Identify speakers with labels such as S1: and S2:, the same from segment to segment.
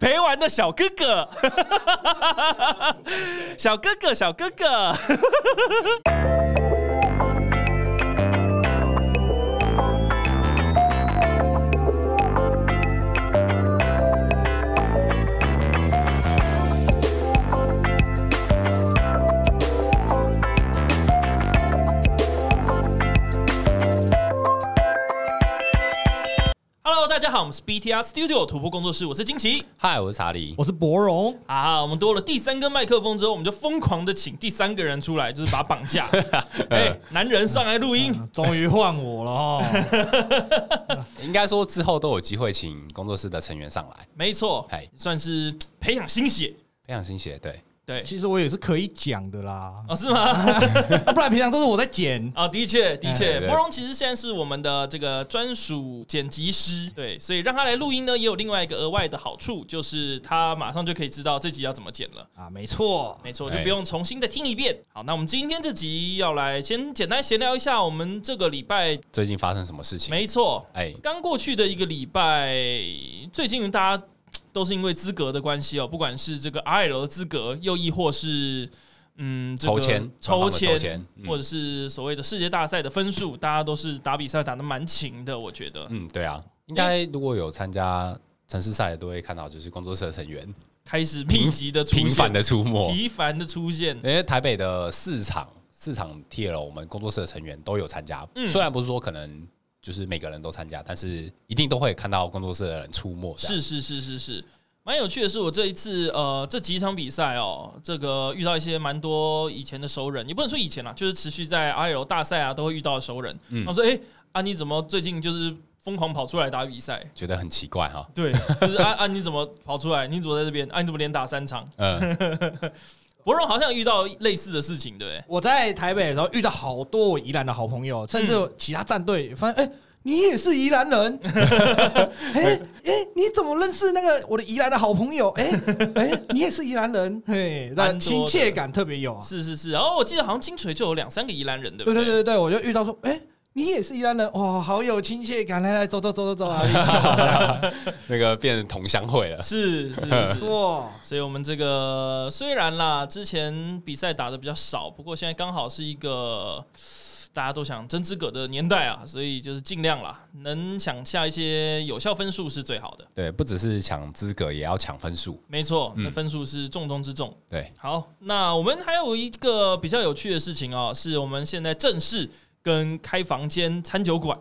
S1: 陪玩的小哥哥， 小哥哥，小哥哥。Hello，大家好，我们是 BTR Studio 徒步工作室，我是金奇。
S2: 嗨，我是查理。
S3: 我是博荣，
S1: 啊，我们多了第三根麦克风之后，我们就疯狂的请第三个人出来，就是把他绑 架。哎、男人上来录音，
S3: 终于换我了哦！
S2: 应该说之后都有机会请工作室的成员上来，
S1: 没错
S2: 嗨，
S1: 算是培养新血。
S2: 非常新鲜。对，
S1: 对，
S3: 其实我也是可以讲的啦，
S1: 哦，是吗？
S3: 啊 不然平常都是我在剪。
S1: 啊，的确，的确，
S2: 哎对
S1: 博荣其实现在是我们的这个专属剪辑师，对，所以让他来录音呢，也有另外一个额外的好处，就是他马上就可以知道这集要怎么剪了。
S3: 啊，没错，
S1: 没错，
S2: 哎
S1: 就不用重新的听一遍。好，那我们今天这集要来先简单闲聊一下我们这个礼拜，
S2: 最近发生什么事情？
S1: 没错，
S2: 哎，
S1: 刚过去的一个礼拜，最近大家都是因为资格的关系哦，不管是这个 RL 的资格，又亦或是嗯、这个
S2: 抽签
S1: 抽
S2: 官方的抽签嗯
S1: 或者是所谓的世界大赛的分数，大家都是打比赛打的蛮勤的，我觉得
S2: 嗯，对啊，应该如果有参加城市赛的，都会看到就是工作室的成员
S1: 开始密集的出现，
S2: 频繁的出没。
S1: 频繁的出现
S2: 因，为台北的市场市场 TL，我们工作室的成员都有参加，
S1: 嗯
S2: 虽然不是说可能就是每个人都参加，但是一定都会看到工作室的人出没。这样，
S1: 是是是是是。蛮有趣的是，我这一次呃这几场比赛哦，这个遇到一些蛮多以前的熟人，也不能说以前啦，就是持续在 RL 大赛啊都会遇到的熟人。
S2: 嗯
S1: 他说：“哎、啊你怎么最近就是疯狂跑出来打比赛？
S2: 觉得很奇怪 哈。
S1: 对，就是啊啊你怎么跑出来？你怎么在这边？啊你怎么连打三场？
S2: 嗯，
S1: 博荣好像遇到类似的事情，对不对？
S3: 我在台北的时候遇到好多我宜兰的好朋友，甚至有其他战队发现，哎、你也是宜兰人，哎哎、你怎么认识那个我的宜兰的好朋友？哎、哎、你也是宜兰人，嘿，那
S1: 蛮多的
S3: 亲切感特别有啊。
S1: 是是是。然后我记得好像金锤就有两三个宜兰人，对不
S3: 对
S1: 对？
S3: 对对对对，我就遇到说，哎、你也是宜兰人，哇，好有亲切感，来来，走走走走走啊，一起走
S2: 那个变成同乡会了。
S1: 是是是
S3: 没
S1: 是。
S3: 错。
S1: 所以我们这个虽然啦，之前比赛打的比较少，不过现在刚好是一个大家都想争资格的年代啊，所以就是尽量啦，能想下一些有效分数是最好的。
S2: 对，不只是抢资格，也要抢分数。
S1: 没错，
S2: 嗯
S1: 那分数是重中之重。
S2: 对，
S1: 好，那我们还有一个比较有趣的事情哦，是我们现在正式跟开房间餐酒馆，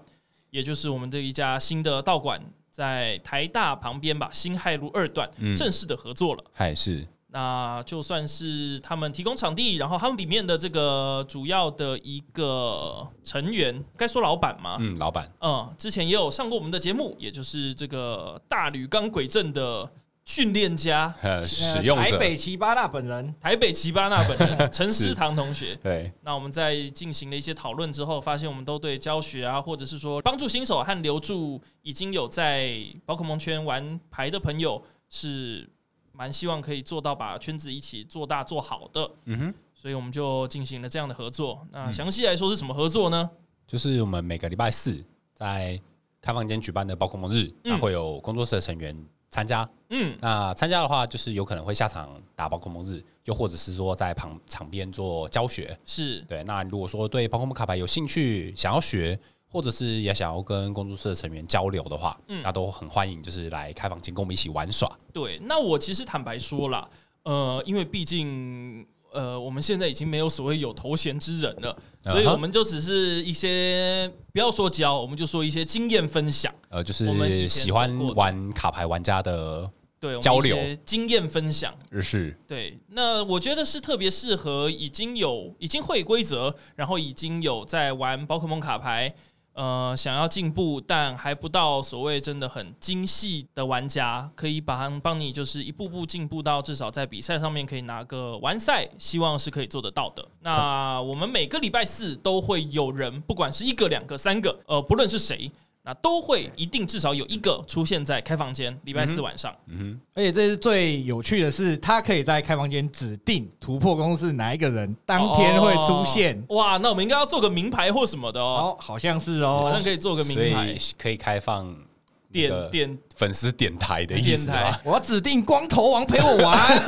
S1: 也就是我们这一家新的道馆，在台大旁边吧，新海路二段、
S2: 嗯
S1: 正式的合作了。
S2: 还是
S1: 那就算是他们提供场地，然后他们里面的这个主要的一个成员，该说老板吗？
S2: 嗯，老板
S1: 嗯，之前也有上过我们的节目，也就是这个大吕钢轨镇的训练家，
S2: 呃，使用
S3: 台
S2: 者
S3: 北奇巴纳本人，
S1: 台北奇巴纳本人陈思堂同学。
S2: 对，
S1: 那我们在进行了一些讨论之后，发现我们都对教学啊，或者是说帮助新手和留住已经有在宝可梦圈玩牌的朋友，是蛮希望可以做到把圈子一起做大做好的。
S2: 嗯哼，
S1: 所以我们就进行了这样的合作。那详细来说是什么合作呢？
S2: 就是我们每个礼拜四在开放间举办的宝可梦日，那会有工作室的成员参加。
S1: 嗯，
S2: 那参加的话，就是有可能会下场打宝可梦日，又或者是说在旁场边做教学。
S1: 是
S2: 对，那如果说对宝可梦卡牌有兴趣，想要学，或者是也想要跟工作室的成员交流的话，
S1: 嗯
S2: 那都很欢迎，就是来开房间跟我们一起玩耍。
S1: 对。那我其实坦白说啦，呃，因为毕竟呃，我们现在已经没有所谓有头衔之人了，
S2: 啊哈
S1: 所以我们就只是一些不要说教，我们就说一些经验分享。
S2: 呃，就
S1: 我们以
S2: 是
S1: 前
S2: 喜
S1: 做过
S2: 欢
S1: 的
S2: 玩卡牌玩家的
S1: 对，我们
S2: 交
S1: 一
S2: 流
S1: 些经验分享。
S2: 日式
S1: 对，那我觉得是特别适合已经有已经会规则，然后已经有在玩宝可梦卡牌，呃，想要进步但还不到所谓真的很精细的玩家，可以把帮你就是一步步进步到至少在比赛上面可以拿个完赛，希望是可以做得到的。那我们每个礼拜四都会有人，不管是一个、两个、三个，呃，不论是谁。那都会一定至少有一个出现在开房间，礼拜四晚上。
S2: 嗯
S3: 而且这是最有趣的是，他可以在开房间指定突破公司哪一个人当天会出现。
S1: 哦哇，那我们应该要做个名牌或什么的哦，
S3: 哦，好像是
S1: 好
S3: 哦
S1: 像。可以做
S2: 哼，
S1: 个
S2: 所
S1: 名
S2: 以
S1: 牌。
S2: 可以开放那
S1: 点
S2: 个
S1: 点
S2: 粉丝点台的意
S1: 点
S2: 思啊
S1: 台
S2: 吧？。
S3: 我要指定光头王陪我玩，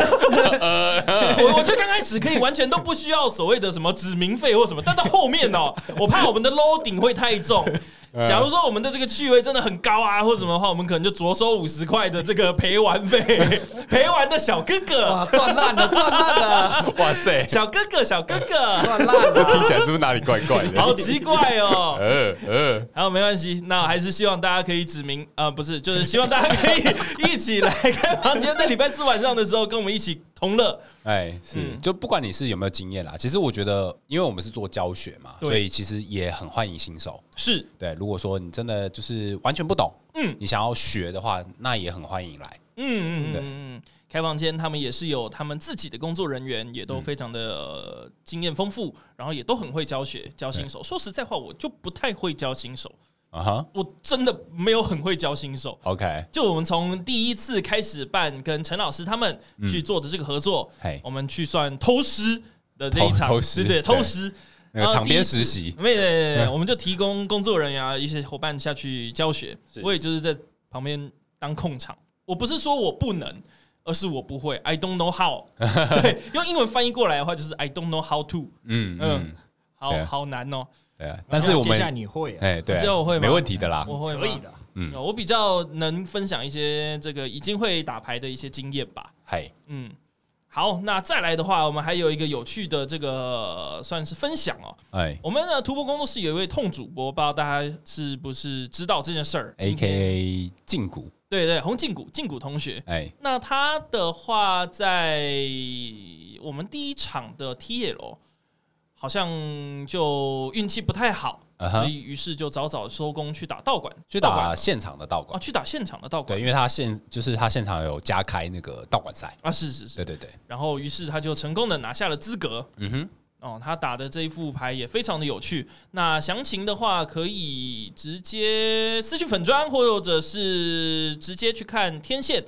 S1: 我我觉得刚开始可以完全都不需要所谓的什么指名费或什么，但到后面 哦，我怕我们的 loading 会太重。
S3: 嗯
S1: 假如说我们的这个趣味真的很高啊，或者什么的话，我们可能就着收五十块的这个陪玩费， 陪玩的小哥哥，
S3: 哇，赚烂了，赚烂了，
S2: 哇塞，
S1: 小哥哥，小哥哥，
S3: 赚烂
S2: 这
S3: 了。
S2: 听起来是不是哪里怪怪的？
S1: 好奇怪哦。
S2: 呃呃，
S1: 好，没关系，那还是希望大家可以指明，呃，不是，就是希望大家可以一起来开房间，在礼拜四晚上的时候跟我们一起同乐。
S2: 哎，是，
S1: 嗯
S2: 就不管你是有没有经验啦，其实我觉得，因为我们是做教学嘛，
S1: 对
S2: 所以其实也很欢迎新手。
S1: 是，
S2: 对，如果说你真的就是完全不懂，
S1: 嗯
S2: 你想要学的话，那也很欢迎来。
S1: 嗯嗯嗯
S2: 对
S1: 嗯嗯，开房间他们也是有他们自己的工作人员，也都非常的、呃经验丰富，然后也都很会教学教新手。说实在话，我就不太会教新手，
S2: 啊哈
S1: 我真的没有很会教新手。
S2: ，OK，
S1: 就我们从第一次开始办跟陈老师他们去做的这个合作，
S2: 嘿，
S1: 我们去算偷师的这一场，
S2: 偷偷师
S1: 对对，哎
S2: 对
S1: 偷师。
S2: 那
S1: 然
S2: 个
S1: 后
S2: 场
S1: 第
S2: 边
S1: 一次
S2: 实习，
S1: 没没没没，我们就提供工作人员啊一些伙伴下去教学，
S2: 是
S1: 我也就是在旁边当控场。我不是说我不能，而是我不会，I don't know how。对，用英文翻译过来的话就是 I don't know how to，
S2: 嗯
S1: 嗯
S2: 嗯，
S1: 好、
S2: 对啊
S1: 好难哦。
S2: 对啊。但是我
S3: 接下来
S2: 们，
S3: 你会啊，
S2: 哎，对啊，
S1: 这我会吗
S2: 没问题的啦。
S1: 我会吗
S3: 可以，的。
S2: 嗯，
S1: 我比较能分享一些这个已经会打牌的一些经验吧。
S2: 嗨，
S1: 嗯，好，那再来的话，我们还有一个有趣的这个、呃算是分享哦。
S2: 哎
S1: 我们的突破工作室有一位痛主播，不知道大家是不是知道这件事儿
S2: ，A
S1: 今
S2: K
S1: 天
S2: A 禁谷，
S1: 对对，洪静谷，静谷同学。
S2: 哎，
S1: 那他的话，在我们第一场的 TL 好像就运气不太好，
S2: 啊
S1: 所
S2: 哈，
S1: 以于是就早早收工去打道馆，
S2: 去
S1: 道
S2: 打
S1: 馆
S2: 现场的道
S1: 啊，
S2: 馆，
S1: 去打现场的道
S2: 对，
S1: 馆
S2: 因为他现就是他现场有加开那个道馆赛，
S1: 啊，是是是。
S2: 对对对，
S1: 然后于是他就成功的拿下了资格
S2: 嗯哼。
S1: 哦，他打的这一副牌也非常的有趣。那详情的话，可以直接私讯粉砖，或者是直接去看天线。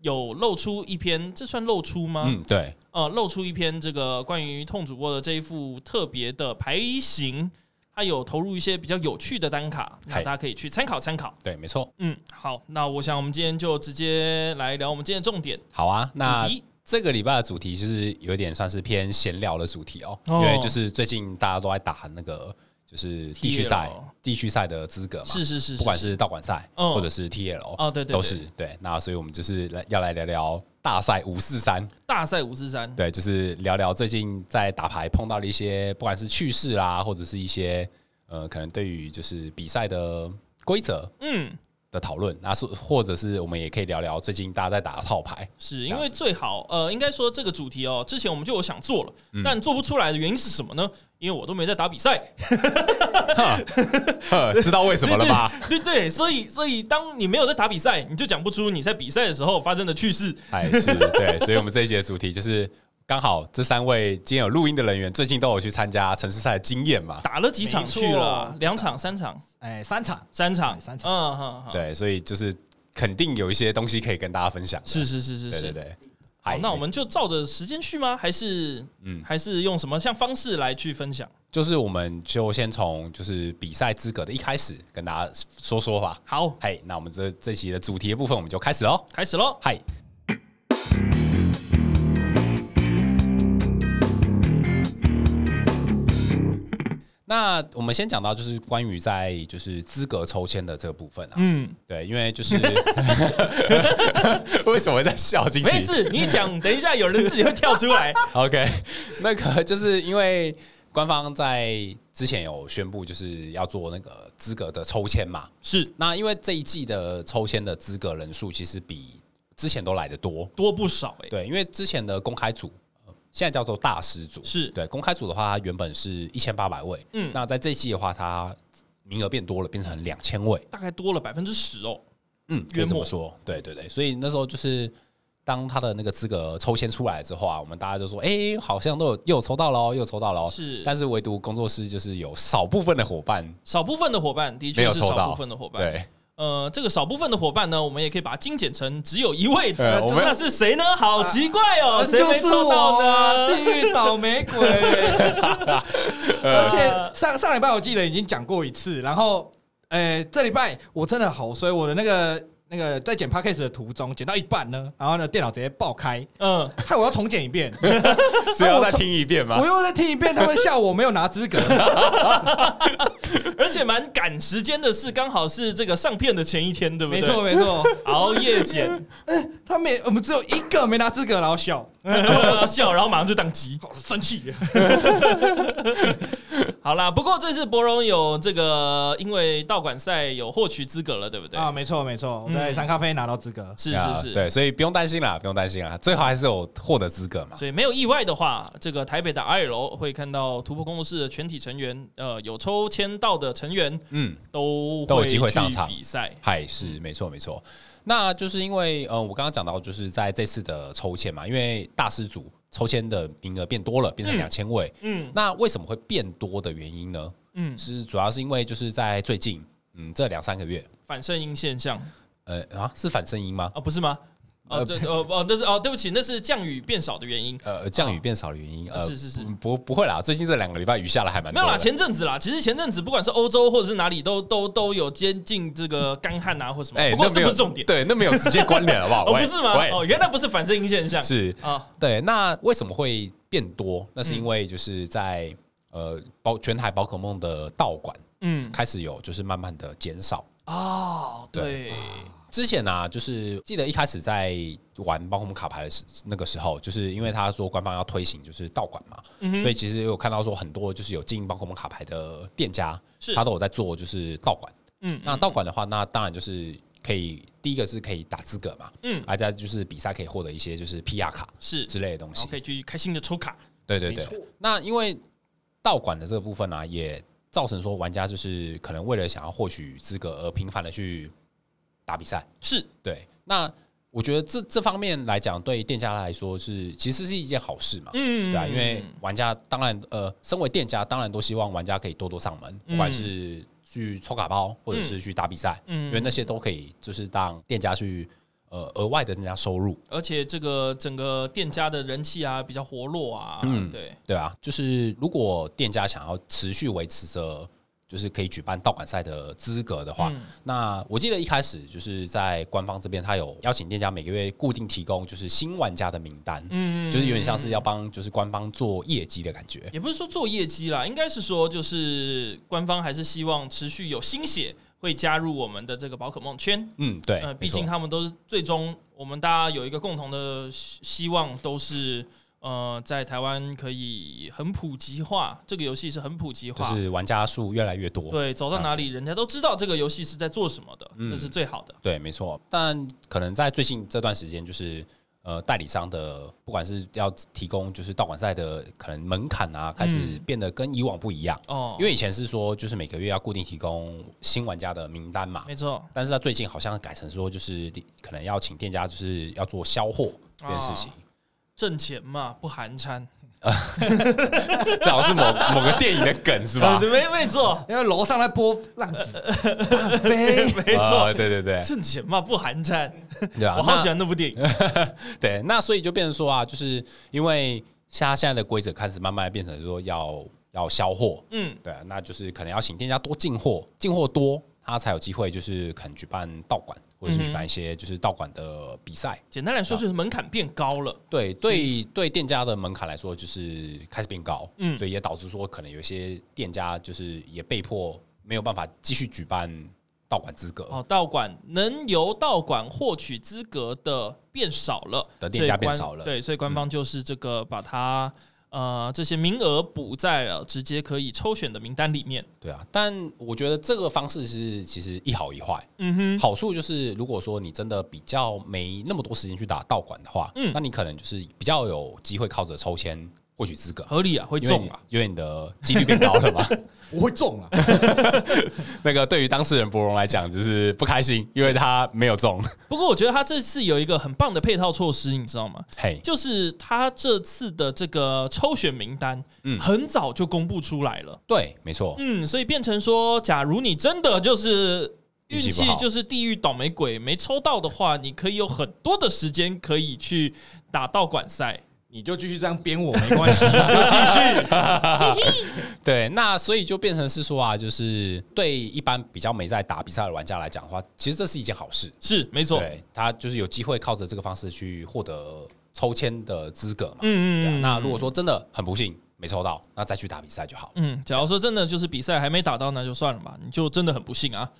S1: 有露出一篇，这算露出吗？
S2: 嗯，对，
S1: 呃，露出一篇这个关于痛主播的这一副特别的牌型，它有投入一些比较有趣的单卡，那
S2: 嗨
S1: 大家可以去参考参考。
S2: 对，没错。
S1: 嗯，好，那我想我们今天就直接来聊我们今天的重点
S2: 好啊，那
S1: 主题。
S2: 这个礼拜的主题就是有点算是偏闲聊的主题哦，
S1: 哦
S2: 因为就是最近大家都在打那个就是地区赛
S1: TL，
S2: 地区赛的资格嘛，
S1: 是是是，
S2: 不管是道馆赛、
S1: 嗯
S2: 或者是 TL，、
S1: 哦，对对对
S2: 都是对。那所以我们就是来要来聊聊大赛五四三，
S1: 大赛五四三，
S2: 对，就是聊聊最近在打牌碰到的一些不管是趣事啦，或者是一些呃可能对于就是比赛的规则
S1: 嗯，
S2: 的讨论，那是或者是我们也可以聊聊最近大家在打的套 牌，
S1: 是
S2: 这
S1: 因
S2: 样
S1: 为最好呃，应该说这个主题哦，之前我们就有想做了，
S2: 嗯
S1: 但做不出来的原因是什么呢？因为我都没在打比赛，
S2: 呵知道为什么了吧？
S1: 对对，所以所以当你没有在打比赛，你就讲不出你在比赛的时候发生的趣事。
S2: 哎，是对，所以我们这一节的主题就是刚好这三位今天有录音的人员最近都有去参加城市赛的经验嘛，
S1: 打了几场去了
S3: 没错，
S1: 两场、三场、
S3: 哎，三场
S1: 三场、
S3: 对三场
S1: 嗯，哼哼，
S2: 对，所以就是肯定有一些东西可以跟大家分享的，
S1: 是是是是
S2: 对对
S1: 是。
S2: 对。
S1: 好
S2: 哎，
S1: 那我们就照着时间去吗？还是
S2: 嗯
S1: 还是用什么像方式来去分享？
S2: 就是我们就先从就是比赛资格的一开始跟大家说说吧。
S1: 好，
S2: 嗨，那我们这这期的主题的部分我们就开始喽。
S1: 开始喽。
S2: 嗨，那我们先讲到就是关于在就是资格抽签的这个部分啊，
S1: 嗯，
S2: 对，因为就是 为什么在笑？惊
S1: 没
S2: 奇
S1: 事，你 讲，等一下有人自己会跳出来。
S2: ，OK，那 个就是因为官方在之前有宣布就是要做那个资格的抽签嘛，
S1: 是
S2: 那因为这一季的抽签的资格人数其实比之前都来的多，
S1: 多不少哎、
S2: 对，因为之前的公开组，呃现在叫做大师组，
S1: 是
S2: 对公开组的话，它原本是一千八百位，
S1: 嗯
S2: 那在这一季的话，它名额变多了，变成两千位，
S1: 大概多了百分之十哦。
S2: 嗯，可以
S1: 约
S2: 这
S1: 莫
S2: 么说，对对对，所以那时候就是当他的那个资格抽签出来之后啊，我们大家就说，哎、好像都有又有抽到哦喽，又有抽到喽，
S1: 是
S2: 但是唯独工作室就是有少部分的伙伴
S1: 少部分的伙伴的
S2: 没
S1: 确
S2: 有
S1: 是
S2: 抽
S1: 少
S2: 到
S1: 部分的伙伴。
S2: 对，
S1: 呃，这个少部分的伙伴呢，我们也可以把它精简成只有一位
S2: 呃
S1: 的。
S2: 我们
S1: 那是谁呢？好奇怪哦，
S3: 啊
S1: 谁没
S3: 就是
S1: 抽
S3: 我
S1: 到
S3: 啊
S1: 呢？
S3: 地狱倒霉鬼！
S1: 呃
S3: 而且上上礼拜我记得已经讲过一次，然后哎、这礼拜我真的好衰，我的那个那个在剪 podcast 的途中，剪到一半呢，然后呢电脑直接爆开，
S1: 嗯，
S3: 害我要重剪一遍，
S2: 是要再听一遍吗
S3: 我？又再听一遍，他们笑我没有拿 资格。
S1: 而且蛮赶时间的是，刚好是这个上片的前一天，对不对？
S3: 没错，没错，
S1: 熬夜 剪，
S3: 他们也我们只有一个没拿资格，然后笑，
S1: 笑，然后马上就宕机。
S3: 好生气。
S1: 好啦，不过这次博荣有这个，因为道馆赛有获取资格了，对不对？
S3: 啊，没错没错，我
S2: 嗯
S3: 在三咖啡拿到资格。
S1: 是
S2: 对啊
S1: 是是，
S2: 对，所以不用担心啦，不用担心啦，最好还是有获得资
S3: 啊
S2: 格嘛。
S1: 所以没有意外的话，这个台北的 I 楼会看到突破工作室的全体成员，呃，有抽签到的成员
S2: 嗯，
S1: 都
S2: 都有
S1: 会
S2: 机会
S1: 去
S2: 上场
S1: 比赛。
S2: 嗨，是没错没错。那就是因为呃，我刚刚讲到就是在这次的抽签嘛，因为大师组抽签的名额变多了，变
S1: 嗯
S2: 成两千位。
S1: 嗯
S2: 那为什么会变多的原因呢？
S1: 嗯，
S2: 是主要是因为就是在最近嗯这两三个月，
S1: 反声音现象
S2: 呃啊是反声音吗？
S1: 啊，不是吗？哦，
S2: 呃
S1: 这哦哦，那是哦，对不起，那是降雨变少的原因。
S2: 呃，降雨变少的原因，呃，
S1: 啊是是是
S2: 嗯不不会啦，最近这两个礼拜雨下了还蛮
S1: 没
S2: 多
S1: 有
S2: 的。
S1: 啦，前阵子啦，其实前阵子不管是欧洲或者是哪里，都都都有接近这个干旱啊或什么。
S2: 哎，
S1: 不过
S2: 那没
S1: 这
S2: 有
S1: 不是重点，
S2: 对，那没有直接关联好不好？
S1: 哦，
S2: 喂
S1: 不是吗？
S2: 喂
S1: 哦，原来不是反声音现象
S2: 是
S1: 啊，
S2: 对，那为什么会变多？那是因为就是在、呃，包全台宝可梦的道馆
S1: 嗯，
S2: 开始有就是慢慢的减少。
S1: 哦，对，
S2: 之前呢、啊，就是记得一开始在玩宝可梦卡牌的时那个时候，就是因为他说官方要推行就是道馆嘛，
S1: 嗯哼
S2: 所以其实有看到说很多就是有经营宝可梦卡牌的店家，
S1: 是
S2: 他都有在做就是道馆。
S1: 嗯，
S2: 那道馆的话，那当然就是可以第一个是可以打资格嘛，
S1: 嗯
S2: 嗯，大家就是比赛可以获得一些就是 PR 卡
S1: 是，
S2: 之类的东
S1: 然
S2: 西
S1: 后。可以去开心的抽卡，
S2: 对对
S1: 没
S2: 对
S1: 错。
S2: 那因为道馆的这个部分呢、啊也造成说玩家就是可能为了想要获取资格而频繁的去打比赛。
S1: 是，
S2: 对，那我觉得这这方面来讲，对店家来说是其实是一件好事嘛。
S1: 嗯
S2: 对啊，因为玩家当然呃，身为店家当然都希望玩家可以多多上门，不管是去抽卡包或者是去打比赛，
S1: 嗯
S2: 因为那些都可以就是让店家去呃额外的增加收入。
S1: 而且这个整个店家的人气啊比较活络啊，
S2: 嗯
S1: 对，
S2: 对啊，就是如果店家想要持续维持着，就是可以举办道馆赛的资格的话，
S1: 嗯
S2: 那我记得一开始就是在官方这边，他有邀请店家每个月固定提供就是新玩家的名单，
S1: 嗯
S2: 就是有点像是要帮就是官方做业绩的感觉。
S1: 也不是说做业绩啦，应该是说就是官方还是希望持续有新血会加入我们的这个宝可梦圈。
S2: 嗯，对，
S1: 呃，
S2: 没
S1: 毕
S2: 错
S1: 竟他们都是最终，我们大家有一个共同的希希望，都是呃，在台湾可以很普及化，这个游戏是很普及
S2: 就
S1: 化，
S2: 是玩家数越来越多。
S1: 对，走到哪里人家都知道这个游戏是在做什么的，
S2: 嗯
S1: 这是最好的。
S2: 对，没错。但可能在最近这段时间，就是呃，代理商的不管是要提供就是道馆赛的可能门槛啊，开始
S1: 嗯
S2: 变得跟以往不一样。
S1: 哦，
S2: 因为以前是说就是每个月要固定提供新玩家的名单嘛，
S1: 没错，
S2: 但是他最近好像改成说就是可能要请店家就是要做销货这件事情，
S1: 哦挣钱嘛，不寒碜，
S2: 这好像是某某个电影的梗是吧？
S1: 对没没错，
S3: 因为楼上在播 浪子弹飞，
S1: 没错，
S2: 啊对对对
S1: 挣钱嘛，不寒碜。
S2: 对啊，
S1: 我好喜
S2: 那
S1: 欢那部电影，
S2: 对那所以就变成说啊，就是因为他现在的规则开始慢慢变成说要要销货，
S1: 嗯，
S2: 对啊，那就是可能要请店家多进货，进货多，他才有机会就是可能举办道馆或者是举办一些就是道馆的比赛。
S1: 简单来说就是门槛变高了。
S2: 对对对，店家的门槛来说就是开始变高，
S1: 嗯
S2: 嗯，所以也导致说可能有一些店家就是也被迫没有办法继续举办道馆资格，
S1: 哦，道馆能由道馆获取资格的变少了，
S2: 的店
S1: 所
S2: 家
S1: 以官
S2: 变少了嗯
S1: 对，所以官方就是这个把它、呃这些名额补在了直接可以抽选的名单里面。
S2: 对啊。但我觉得这个方式是其实一好一坏，
S1: 嗯哼，
S2: 好处就是如果说你真的比较没那么多时间去打道馆的话，
S1: 嗯
S2: 嗯，那你可能就是比较有机会靠着抽签获取资格。
S1: 合理啊，会
S2: 因为
S1: 中
S2: 你
S1: 啊。
S2: 因为你的几率变高 了嘛。
S3: 我会中啊！
S2: 那个对于当事人博荣来讲，就是不开心，因为他没 有中。
S1: 不过我觉得他这次有一个很棒的配套措施，你知道吗？
S2: 嘿，
S1: 就是他这次的这个抽选名单，
S2: 嗯
S1: 很早就公布出来了。
S2: 对，没错，
S1: 嗯，所以变成说，假如你真的就是运
S2: 运气
S1: 气
S2: 不好
S1: 就是地狱倒霉鬼，没抽到的话，你可以有很多的时间可以去打道馆赛。
S3: 你就继续这样编我没关系，你就继续。
S2: 对，那所以就变成是说啊，就是对一般比较没在打比赛的玩家来讲的话，其实这是一件好事。
S1: 是没错，
S2: 对他就是有机会靠着这个方式去获得抽签的资格嘛。对啊
S1: 嗯嗯嗯，
S2: 那如果说真的很不幸没抽到，那再去打比赛 就好。
S1: 嗯，假如说真的就是比赛还没打到，那就算了吧，你就真的很不幸啊。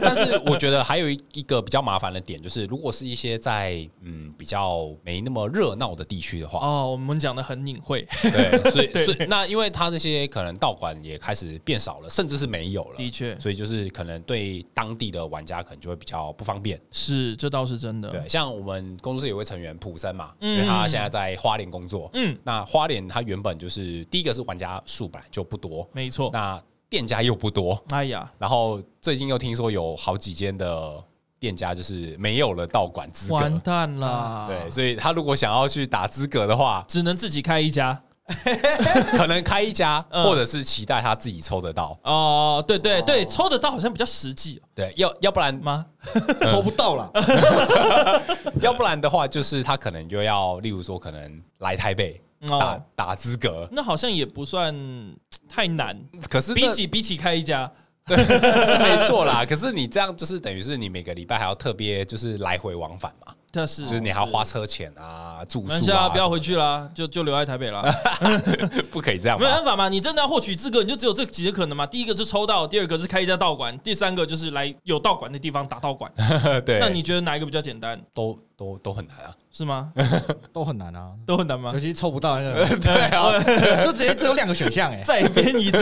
S2: 但是我觉得还有一一个比较麻烦的点，就是如果是一些在嗯比较没那么热闹的地区的话，
S1: 哦，我们讲的很隐晦，
S2: 对，所以所以那因为他那些可能道馆也开始变少了，甚至是没有了，
S1: 的确
S2: 所以就是可能对当地的玩家可能就会比较不方便。
S1: 是，这倒是真的。
S2: 对，像我们工作室有位成员普森嘛，
S1: 嗯
S2: 因为他现在在花莲工作，
S1: 嗯，
S2: 那花莲它原本就是第一个是玩家数本来就不多，
S1: 没错。
S2: 那店家又不多，
S1: 哎呀，
S2: 然后最近又听说有好几间的店家就是没有了道馆资
S1: 完
S2: 格，
S1: 蛋啦！，
S3: 啊
S2: 对，，所以他如果想要去打资格的 话
S1: 只能自己开一家。
S2: 可能开一家，
S1: 嗯
S2: 或者是期待他自己抽得到，
S1: 哦，对对对，抽得到好像比较实际哦
S2: 对，要要不然
S1: 吗？
S3: 抽不到了，
S2: 嗯要不然的话，就是他可能就要，例如说可能来台北打
S1: 哦，
S2: 打资格，
S1: 那好像也不算太难，
S2: 可是
S1: 比
S2: 那
S1: 起比起开一家，
S2: 是没错啦，可是你这样就是等于是你每个礼拜还要特别就是来回往返嘛，
S1: 但哦是
S2: 就是你还要花车钱啊、住
S1: 没关
S2: 宿
S1: 系
S2: 啊，
S1: 啊，不要回去啦，就就留在台北啦。
S2: 哎不可以这样
S1: 没有
S2: 嘛。
S1: 办法嘛，你真的要获取资格，你就只有这几个可能嘛。第一个是抽到，第二个是开一家道馆，第三个就是来有道馆的地方打道馆。
S2: 对，
S1: 那你觉得哪一个比较简单？
S2: 都都都很难啊。
S1: 是吗？
S3: 都很难啊，
S1: 都很难
S3: 尤
S1: 吗？
S3: 其是抽不到那 个，
S2: 嗯 对 啊，
S3: 就直接只有两个选项哎，
S1: 再编 一次，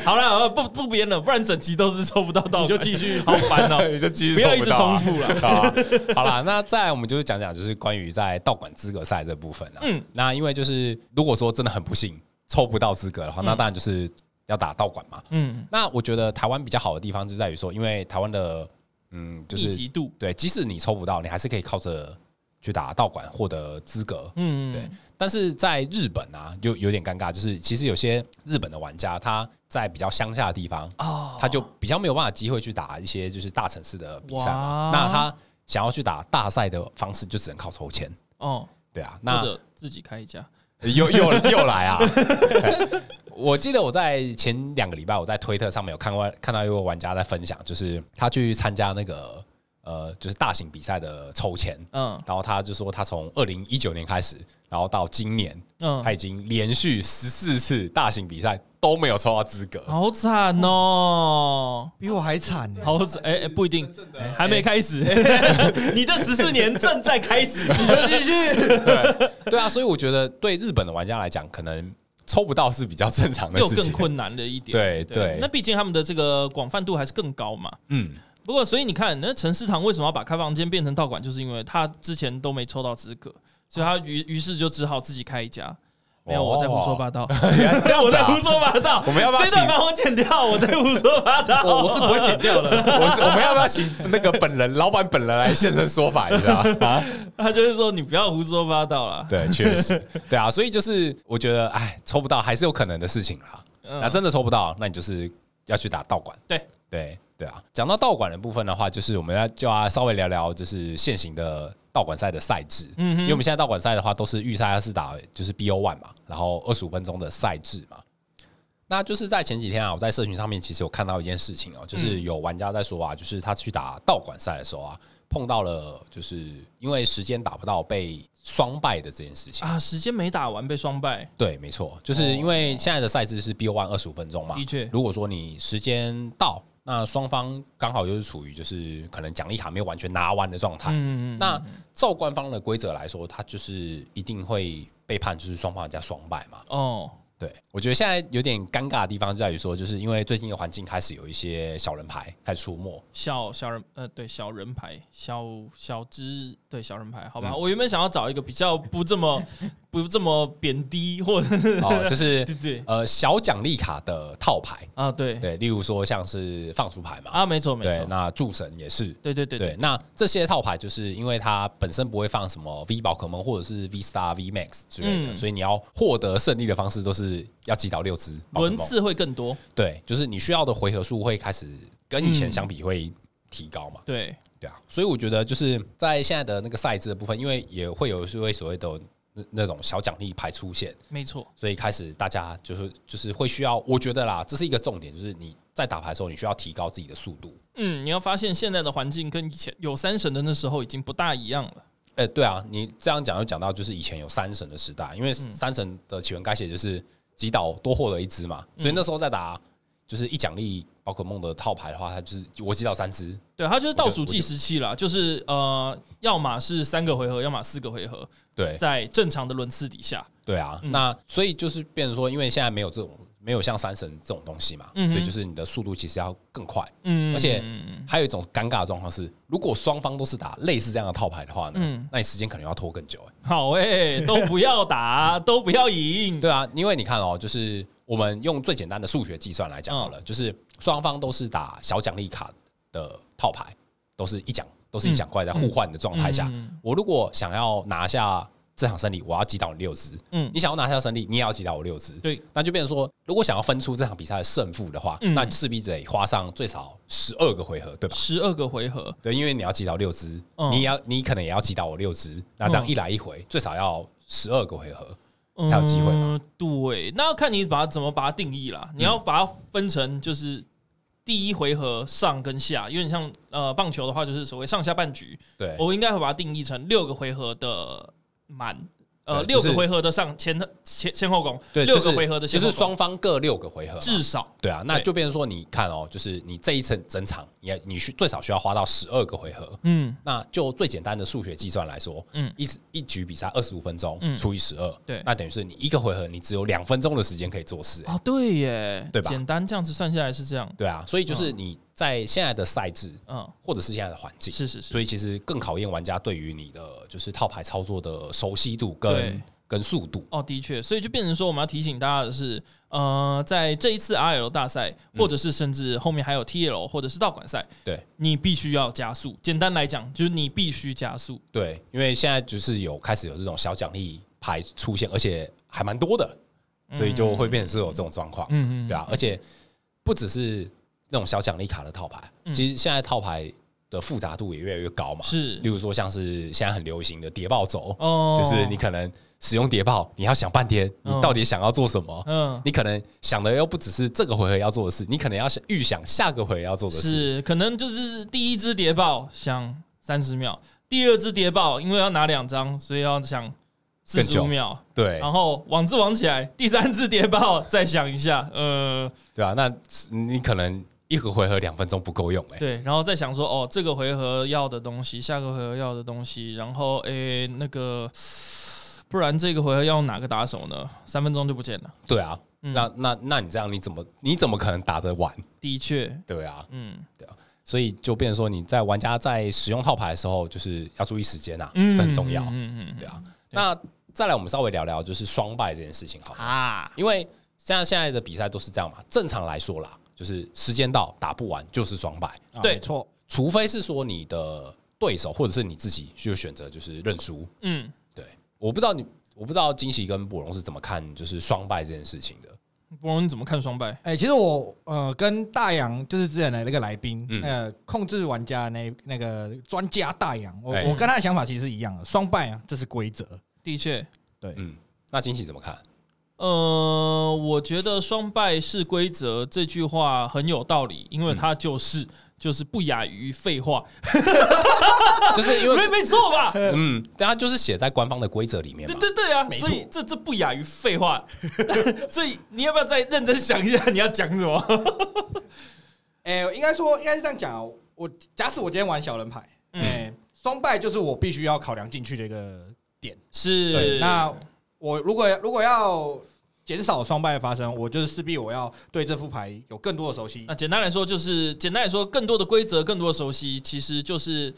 S1: 好了，呃不不编了，不然整集都是抽不到道
S3: 你就
S1: 馆，
S3: 继续。
S1: 好烦哦、
S2: 你就继续
S1: 不要一
S2: 抽
S1: 直
S2: 到啊
S1: 重复了。
S2: 好啊好啦，那再来我们就是讲讲就是关于在道馆资格赛这部分啊。
S1: 嗯
S2: 嗯，那因为就是如果说真的很不幸抽不到资格的话，那当然就是要打道馆嘛。
S1: 嗯，
S2: 那我觉得台湾比较好的地方就在于说，因为台湾的嗯，就
S1: 密
S2: 是
S1: 集度，
S2: 对，即使你抽不到，你还是可以靠着去打道馆获得资格。
S1: 嗯，
S2: 对，但是在日本啊，就有点尴尬，就是其实有些日本的玩家他在比较乡下的地方，
S1: 哦，
S2: 他就比较没有办法机会去打一些就是大城市的比赛
S1: 哇。
S2: 嘛那他想要去打大赛的方式，就只能靠抽签。
S1: 哦，
S2: 对啊，
S1: 或
S2: 那
S1: 者自己开一家，
S2: 又又又来啊！ 我记得我在前两个礼拜，我在推特上面有看过看到一位玩家在分享，就是他去参加那个呃，就是大型比赛的抽签，
S1: 嗯
S2: 然后他就说他从二零一九年开始，然后到今年，
S1: 嗯
S2: 他，已经连续十四次大型比赛都没有抽到资格。
S1: 好惨哦、
S3: 比我还惨，
S1: 好惨，哎、哎不一定，还没开始，哎你的十四年正在开 始。
S3: 你就继续。
S2: 对啊，所以我觉得对日本的玩家来讲，可能抽不到是比较正常的
S1: 又
S2: 事情。
S1: 更困难了一点。
S2: 对对
S1: 那毕竟他们的这个广泛度还是更高嘛。
S2: 嗯，
S1: 不过，所以你看，那陈世堂为什么要把开放间变成道馆，就是因为他之前都没抽到资格，所以他于于是就只好自己开一家。没有，我在胡说八道，
S2: 原来是这 样
S1: 我
S2: 子
S1: 在
S2: 啊
S1: 胡说八道。
S2: 我们要不 要
S1: 这段啊
S2: 请
S1: 帮我剪掉？我在胡说八道，
S3: 我我是不会剪掉的。
S2: 我是我们要不要请那个本人老板本人来现身说法一下啊？
S1: 他就是说你不要胡说八道啦。
S2: 对，确实，对啊，所以就是我觉得，哎，抽不到还是有可能的事情啦。
S1: 嗯
S2: 那真的抽不到，那你就是要去打道馆。
S1: 对
S2: 对对啊，讲到道馆的部分的话，就是我们要就要稍微聊聊，就是现行的道馆赛的赛制。
S1: 嗯
S2: 嗯
S1: 哼
S2: 因为我们现在道馆赛的话，都是预赛是打就是 BO one 嘛，然后二十五分钟的赛制嘛。那就是在前几天啊，我在社群上面其实有看到一件事情哦、就是有玩家在说啊，就是他去打道馆赛的时候啊，碰到了就是因为时间打不到被双败的这件事情。
S1: 啊，时间没打完被双败，
S2: 对，没错，就是因为现在的赛制是 BO one 二十五分钟嘛，
S1: 哦的确
S2: 如果说你时间到，那双方刚好又是处于就是可能奖励卡没有完全拿完的状态，
S1: 嗯，
S2: 那照官方的规则来说，它就是一定会被判就是双方人家双败嘛。
S1: 哦，
S2: 对，我觉得现在有点尴尬的地方就在于说，就是因为最近的环境开始有一些小人牌开始 出没，
S1: 小小人呃，对小人牌，小小只对小人牌，好吧。
S2: 嗯
S1: 我原本想要找一个比较不这么 不这么贬低，或者
S2: 哦，就是
S1: 对对
S2: 呃小奖励卡的套牌，
S1: 啊，对
S2: 对，例如说像是放逐牌嘛，
S1: 啊，没错没
S2: 对
S1: 错，，
S2: 那注神也是，
S1: 对对对
S2: 对，
S1: 对，
S2: 那这些套牌就是因为它本身不会放什么 V 宝可梦或者是 V Star、V Max 之类的，
S1: 嗯
S2: 所以你要获得胜利的方式都是要击倒六只宝可
S1: 轮
S2: 梦。
S1: 次会更多，
S2: 对，就是你需要的回合数会开始跟以前相比会提高嘛？
S1: 对，
S2: 对啊，所以我觉得就是在现在的那个赛制的部分，因为也会有所谓所谓的那那种小奖励牌出现，
S1: 没错，
S2: 所以开始大家就是就是会需要，我觉得啦，这是一个重点，就是你在打牌的时候，你需要提高自己的速度。
S1: 嗯，你要发现现在的环境跟以前有三神的那时候已经不大一样了。
S2: 哎、对啊，你这样讲就讲到就是以前有三神的时代，因为
S1: 嗯
S2: 三神的起源概写就是击倒多获得一只嘛，
S1: 嗯
S2: 所以那时候在打就是一奖励宝可梦的套牌的话，它就是我击倒三只，
S1: 对，它就是倒数
S2: 我就
S1: 计时器啦，就是呃，要么是三个回合，要么四个回合，
S2: 对
S1: 在正常的轮次底下，
S2: 对啊，
S1: 嗯
S2: 那所以就是变成说，因为现在没有这种没有像三神这种东西嘛，
S1: 嗯哼
S2: 所以就是你的速度其实要更快。
S1: 嗯，
S2: 而且
S1: 嗯
S2: 还有一种尴尬的状况是，如果双方都是打类似这样的套牌的话呢，
S1: 嗯
S2: 那你时间可能要拖更久、欸。
S1: 好诶、都不要 打，都不要赢，
S2: 对啊，因为你看哦，就是我们用最简单的数学计算来讲好了，
S1: 嗯
S2: 就是双方都是打小奖励卡的套牌，都是一奖都是一奖块在互换的状态下，
S1: 嗯
S2: 我如果想要拿下这场胜利，我要击倒你六只。
S1: 嗯
S2: 你，想要拿下胜利，你也要击倒我六只。
S1: 对，
S2: 那就变成说，如果想要分出这场比赛的胜负的话，
S1: 嗯
S2: 那势必得花上最少十二个回合，对吧？
S1: 十二个回合，
S2: 对，因为你要击倒六只，
S1: 嗯
S2: 你也要你可能也要击倒我六只，那这样一来一回，最少要十二个回合。才有机会嘛嗯
S1: 嗯。对，那要看你把它怎么把它定义啦。你要把它分成就是第一回合上跟下，有点像呃棒球的话，就是所谓上下半局。
S2: 对，
S1: 我应该会把它定义成六个回合的满，呃，
S2: 对
S1: 六
S2: 就是
S1: 个回合的上前前前后攻，
S2: 对，
S1: 六
S2: 就
S1: 个
S2: 是
S1: 回合的
S2: 就
S1: 先
S2: 是
S1: 后攻
S2: 双方各六个回合嘛。
S1: 至少
S2: 对啊，那
S1: 对
S2: 就变成说，你看哦，就是你这一层整场，你你需最少需要花到十二个回合。
S1: 嗯
S2: 那就最简单的数学计算来说，
S1: 嗯
S2: 嗯，一一局比赛二十五分钟，
S1: 嗯
S2: 除以十二，
S1: 对
S2: 那等于是你一个回合你只有两分钟的时间可以做事、欸
S1: 哦对耶，
S2: 对吧
S1: 简单这样子算下来是这样，
S2: 对啊，所以就是你在现在的赛制
S1: 嗯，
S2: 或者是现在的环境，
S1: 是是是
S2: 所，以其实更考验玩家对于你的就是套牌操作的熟悉度
S1: 对
S2: 跟跟速度。
S1: 哦，的确，所以就变成说，我们要提醒大家的是，呃，在这一次 RL 大赛，或者是甚至后面还有 TL 或者是道馆赛，
S2: 嗯对
S1: 你必须要加速。简单来讲，就是你必须加速。
S2: 对，因为现在就是有开始有这种小奖励牌出现，而且还蛮多的，所以就会变成是有这种状况。
S1: 嗯
S2: 对啊，而且不只是那种小奖励卡的套牌，
S1: 嗯
S2: 其实现在套牌的复杂度也越来越高嘛。
S1: 是
S2: 例如说像是现在很流行的谍报轴，
S1: 哦，
S2: 就是你可能使用谍报，你要想半天，你
S1: 嗯
S2: 到底想要做什么？
S1: 嗯。
S2: 你可能想的又不只是这个回合要做的事，你可能要想预想下个回合要做的事。
S1: 是，可能就是第一只谍报想三十秒，第二只谍报因为要拿两张，所以要想四
S2: 更
S1: 十
S2: 久
S1: 五秒，
S2: 对
S1: 然后网字网起来，第三只谍报再想一下，呃，
S2: 对啊，那你可能一个回合两分钟不够用哎、
S1: 对，然后再想说，哦，这个回合要的东西，下个回合要的东西，然后诶，那个，不然这个回合要用哪个打手呢？三分钟就不见了。
S2: 对啊，
S1: 嗯
S2: 那那那你这样你怎么你怎么可能打得完？
S1: 的确，
S2: 对啊，
S1: 嗯，
S2: 所以就变成说你在玩家在使用套牌的时候，就是要注意时间啊，
S1: 嗯，
S2: 这很重要。
S1: 嗯嗯
S2: 对啊，那再来我们稍微聊聊就是双败这件事情好了，
S1: 啊，
S2: 因为像现在的比赛都是这样嘛，正常来说啦，就是时间到打不完就是双败，
S3: 啊
S1: 对
S3: 没错，
S2: 除非是说你的对手或者是你自己就选择就是认输。
S1: 嗯，
S2: 对，我不知道你，我不知道金喜跟博龙是怎么看就是双败这件事情的。
S1: 不然你怎么看双败？
S3: 哎、其实我呃跟大洋就是之前的那个来宾，
S2: 嗯
S3: 呃，控制玩家那那个专家大洋，我、
S2: 哎
S3: 我跟他的想法其实是一样的，双败啊，这是规则。
S1: 的确，
S2: 嗯，那金喜怎么看？
S1: 呃，我觉得双败是规则这句话很有道理，因为它就是、就是不亚于废话，
S2: 就是因
S1: 没
S2: 为
S1: 没错吧？
S2: 嗯，但它就是写在官方的规则里面
S1: 对
S2: 嘛。
S1: 对对啊，
S2: 没
S1: 所
S2: 错
S1: 以这这不亚于废话， 所以你要不要再认真想一下你要讲什么？
S3: 哎、应该说应该是这样讲啊，我假使我今天玩小人牌，哎、
S1: 嗯
S3: 双败就是我必须要考量进去的一个点。
S1: 是
S3: 对，那我如果如果要减少双败的发生，我就是势必我要对这副牌有更多的熟悉
S1: 那。简单来说就是，简单来说，更多的规则，更多的熟悉，其实就是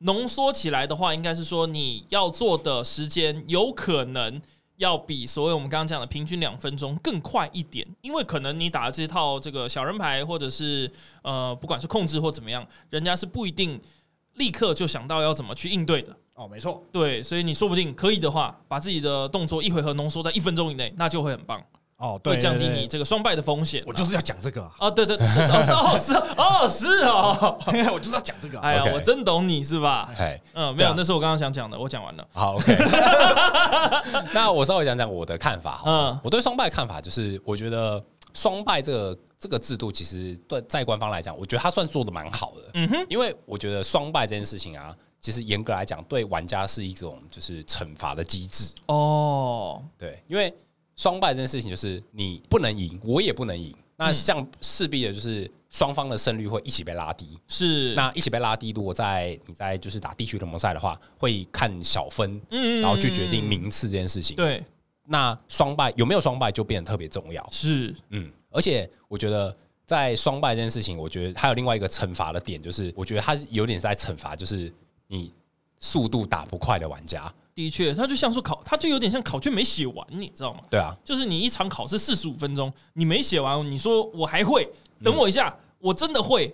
S1: 浓缩起来的话，应该是说你要做的时间有可能要比所谓我们刚刚讲的平均两分钟更快一点，因为可能你打这套这个小人牌，或者是呃，不管是控制或怎么样，人家是不一定立刻就想到要怎么去应对的。
S3: 哦，没错，
S1: 对，所以你说不定可以的话，把自己的动作一回合浓缩在一分钟以内，那就会很棒。
S3: 哦，对，
S1: 会降低
S3: 对
S1: 你，这个双败的风险啊。
S3: 对我就是要讲 这个啊，
S1: 哦，对对，是哦是哦是哦是哦，
S3: 我就是要讲这个啊。
S1: 哎呀，
S2: OK
S1: 我真懂你是吧？
S2: 哎，
S1: 嗯，没有
S2: 对啊，
S1: 那是我刚刚想讲的，我讲完了。
S2: 好，OK。那我稍微讲讲我的看法。嗯
S1: 嗯，
S2: 我对双败的看法就是，我觉得双败这个这个制度，其实对在官方来讲，我觉得他算做的蛮好的。
S1: 嗯哼，
S2: 因为我觉得双败这件事情啊，其实严格来讲，对玩家是一种就是惩罚的机制。
S1: 哦，
S2: 对，因为双败这件事情就是你不能赢，我也不能赢，那
S1: 嗯
S2: 像势必的就是双方的胜率会一起被拉低。
S1: 是，
S2: 那一起被拉低，如果在你在就是打地区联盟赛的话，会看小分，
S1: 嗯
S2: 然后去决定。名次这件事情。
S1: 对，
S2: 那双败有没有双败就变得特别重要。
S1: 是，
S2: 嗯，而且我觉得在双败这件事情，我觉得还有另外一个惩罚的点，就是我觉得他有点是在惩罚，就是你速度打不快的玩家。
S1: 的确，它就像说考，它就有点像考卷没写完，你知道吗？
S2: 对啊，
S1: 就是你一场考试四十五分钟，你没写完，你说我还会，等我一下，我真的会，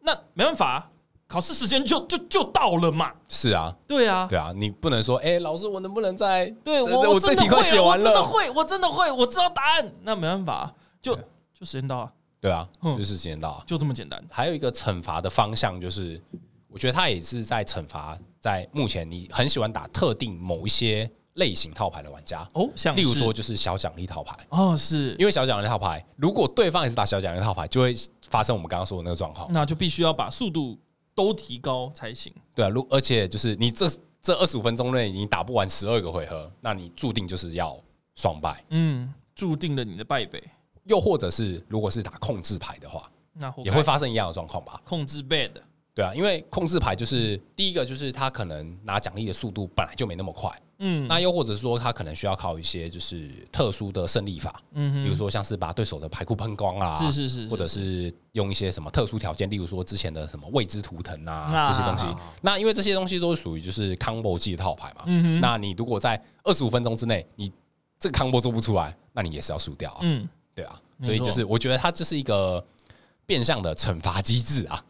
S1: 那没办法，考试时间就就就到了嘛。
S2: 是啊，
S1: 对啊，
S2: 对啊，你不能说，哎、老师，我能不能在
S1: 对
S2: 这
S1: 我
S2: 我
S1: 真
S2: 这
S1: 的
S2: 题
S1: 会
S2: 快
S1: 啊，
S2: 写
S1: 我
S2: 完
S1: 真的
S2: 了？
S1: 会，我真的会，我知道答案，那没办法，就
S2: 对
S1: 就时间到啊，
S2: 对啊，
S1: 嗯
S2: 就是时间到啊。
S1: 就这么简单。
S2: 还有一个惩罚的方向就是，我觉得他也是在惩罚，在目前你很喜欢打特定某一些类型套牌的玩家，
S1: 哦，像
S2: 例如
S1: 是
S2: 说，就是小奖励套牌。
S1: 哦是，
S2: 因为小奖励套牌，如果对方也是打小奖励套牌，就会发生我们刚刚说的那个状况。
S1: 那就必须要把速度都提高才行。
S2: 对啊，如而且就是你这这二十五分钟内你打不完十二个回合，那你注定就是要双败。
S1: 嗯，注定了你的败北，
S2: 又或者是如果是打控制牌的话，
S1: 那活该
S2: 也会发生一样的状况吧？
S1: 控制 bad。
S2: 对啊，因为控制牌就是第一个就是他可能拿奖励的速度本来就没那么快，
S1: 嗯
S2: 那又或者说他可能需要靠一些就是特殊的胜利法，
S1: 嗯哼，
S2: 比如说像是把对手的牌库喷光啊，
S1: 是是是，
S2: 或者是用一些什么特殊条件，例如说之前的什么未知图腾啊
S1: 啊
S2: 这些东西。那因为这些东西都是属于就是 combo 技的套牌嘛，
S1: 嗯哼
S2: 那你如果在二十五分钟之内你这个 combo 做不出来，那你也是要输掉啊，
S1: 嗯，
S2: 对啊。
S1: 没错
S2: 所以就是我觉得它这是一个变相的惩罚机制啊，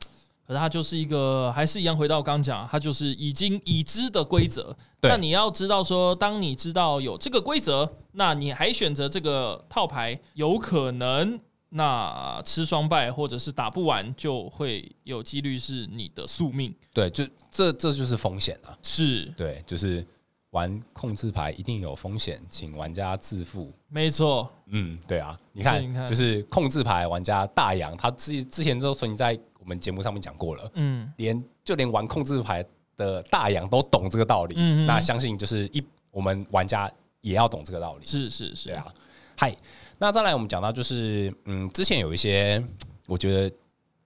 S1: 可是它就是一个，还是一样回到我刚讲，它就是已经已知的规则。
S2: 对
S1: 那你要知道说，当你知道有这个规则，那你还选择这个套牌，有可能那吃双败或者是打不完，就会有几率是你的宿命。
S2: 对，就这这就是风险啊，
S1: 是，
S2: 对，就是玩控制牌一定有风险，请玩家自负。
S1: 没错，
S2: 嗯，对啊，你
S1: 所以你
S2: 看，
S1: 看
S2: 就是控制牌玩家大洋，他之之前都曾经在我们节目上面讲过了，
S1: 嗯，
S2: 连就连玩控制牌的大洋都懂这个道理，
S1: 嗯嗯嗯
S2: 那相信就是一我们玩家也要懂这个道理，
S1: 是是是，
S2: 对啊。嗨，那再来我们讲到就是，嗯，之前有一些我觉得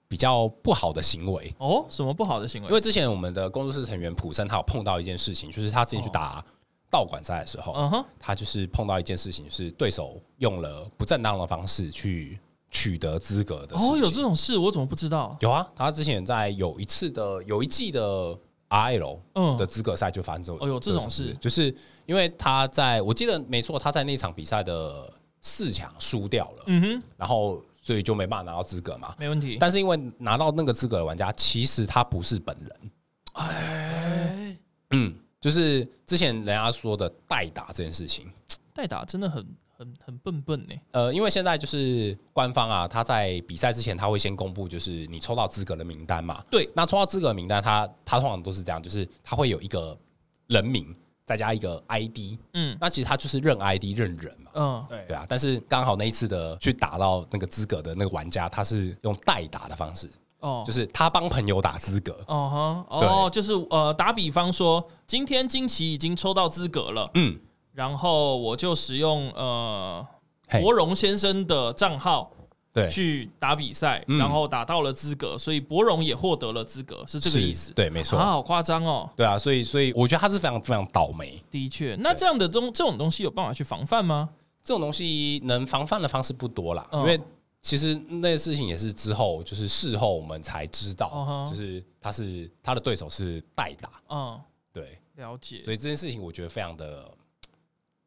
S2: 比较不好的行为，
S1: 哦，什么不好的行为？
S2: 因为之前我们的工作室成员普生他有碰到一件事情，就是他之
S1: 哦
S2: 前去打道馆赛的时候，
S1: 嗯哼，
S2: 他就是碰到一件事情，就是对手用了不正当的方式去取得资格的事情。
S1: 哦，有这种事，我怎么不知道？
S2: 有啊，他之前在有一次的有一季的 RL
S1: 嗯
S2: 的资格赛就发生这
S1: 哦有这种事
S2: 就是因为他在我记得没错，他在那场比赛的四强输掉了，
S1: 嗯哼，
S2: 然后所以就没办法拿到资格嘛。
S1: 没问题。
S2: 但是因为拿到那个资格的玩家，其实他不是本人，
S1: 哎，
S2: 嗯，就是之前人家说的代打这件事情，
S1: 代打真的很很很笨笨呢。
S2: 呃，因为现在就是官方啊，他在比赛之前他会先公布，就是你抽到资格的名单嘛。
S1: 对，
S2: 那抽到资格的名单他，他通常都是这样，就是他会有一个人名，再加一个 ID。
S1: 嗯
S2: 那其实他就是认 ID 认人嘛，
S1: 嗯，
S3: 对
S2: 对啊。但是刚好那一次的去打到那个资格的那个玩家，他是用代打的方式，
S1: 哦，
S2: 就是他帮朋友打资格。
S1: 哦哈，哦，就是呃，打比方说，今天金奇已经抽到资格了，
S2: 嗯，
S1: 然后我就使用呃
S2: 嘿
S1: 博荣先生的账号
S2: 对，
S1: 去打比赛，
S2: 嗯
S1: 然后打到了资格，所以博荣也获得了资格，是这个
S2: 是
S1: 意思。
S2: 对，没错，
S1: 啊，好夸张哦！
S2: 对啊。所以，所以我觉得他是非常非常倒霉。
S1: 的确，那这样的东这种东西有办法去防范吗？
S2: 这种东西能防范的方式不多啦，
S1: 嗯
S2: 因为其实那个事情也是之后，就是事后我们才知道
S1: 嗯，哼
S2: 就是他是他的对手是代打，
S1: 嗯，
S2: 对，
S1: 了解
S2: 所。以这件事情我觉得非常的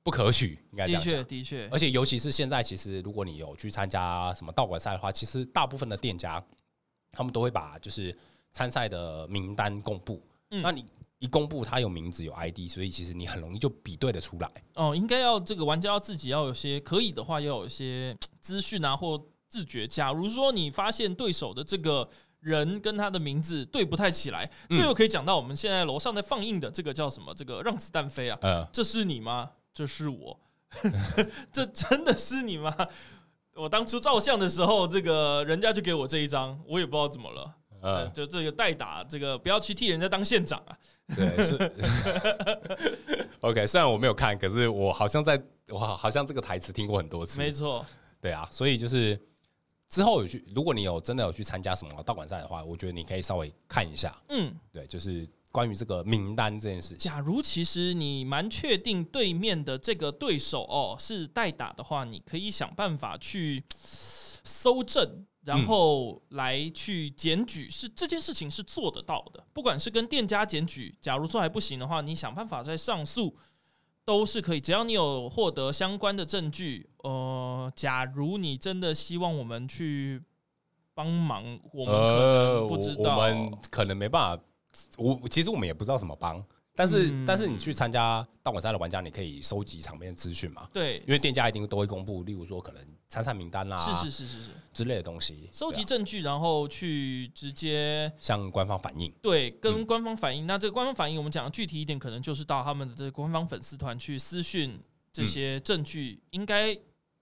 S2: 不可取，应该这
S1: 的
S2: 样
S1: 确，
S2: 讲。
S1: 的确，
S2: 而且尤其是现在，其实如果你有去参加什么道馆赛的话，其实大部分的店家他们都会把就是参赛的名单公布，
S1: 嗯
S2: 那你一公布它有名字有 ID，所以其实你很容易就比对的出来。
S1: 哦，应该要这个玩家要自己要有些可以的话，要有一些嘖资讯啊或自觉。假如说你发现对手的这个人跟他的名字对不太起来，这
S2: 嗯
S1: 又可以讲到我们现在楼上在放映的这个叫什么？这个让子弹飞啊，
S2: 呃，
S1: 这是你吗？这是我， 这真的是你吗？我当初照相的时候，这个人家就给我这一张，我也不知道怎么了。呃，
S2: 呃，
S1: 就这个代打，这个不要去替人家当县长啊。
S2: 对，是 OK。虽然我没有看，可是我好像在，我好好像这个台词听过很多次
S1: 没。错，
S2: 对啊，所以就是之后有去，如果你有真的有去参加什么道馆赛的话，我觉得你可以稍微看一下。
S1: 嗯，
S2: 对，就是关于这个名单这件事情。
S1: 假如其实你蛮确定对面的这个对手哦是代打的话，你可以想办法去搜证，
S2: 嗯
S1: 然后来去检举，是这件事情是做得到的。不管是跟店家检举，假如说还不行的话，你想办法再上诉。都是可以，只要你有获得相关的证据。呃，假如你真的希望我们去帮忙，我们可
S2: 呃，
S1: 能不
S2: 我
S1: 知
S2: 我
S1: 道。
S2: 们可能没办法。我其实我们也不知道怎么帮，但是、
S1: 嗯
S2: 但是你去参加道馆赛的玩家，你可以收集场面资讯嘛，
S1: 对，
S2: 因为店家一定都会公布，例如说可能参赛名单啦、
S1: 是是是是是。
S2: 之类的东西，
S1: 收集
S2: 对啊
S1: 证据，然后去直接
S2: 向官方反映。
S1: 对跟官方反映。那这个官方反映，我们讲的具体一点，可能就是到他们的这个官方粉丝团去私讯这些证据，应该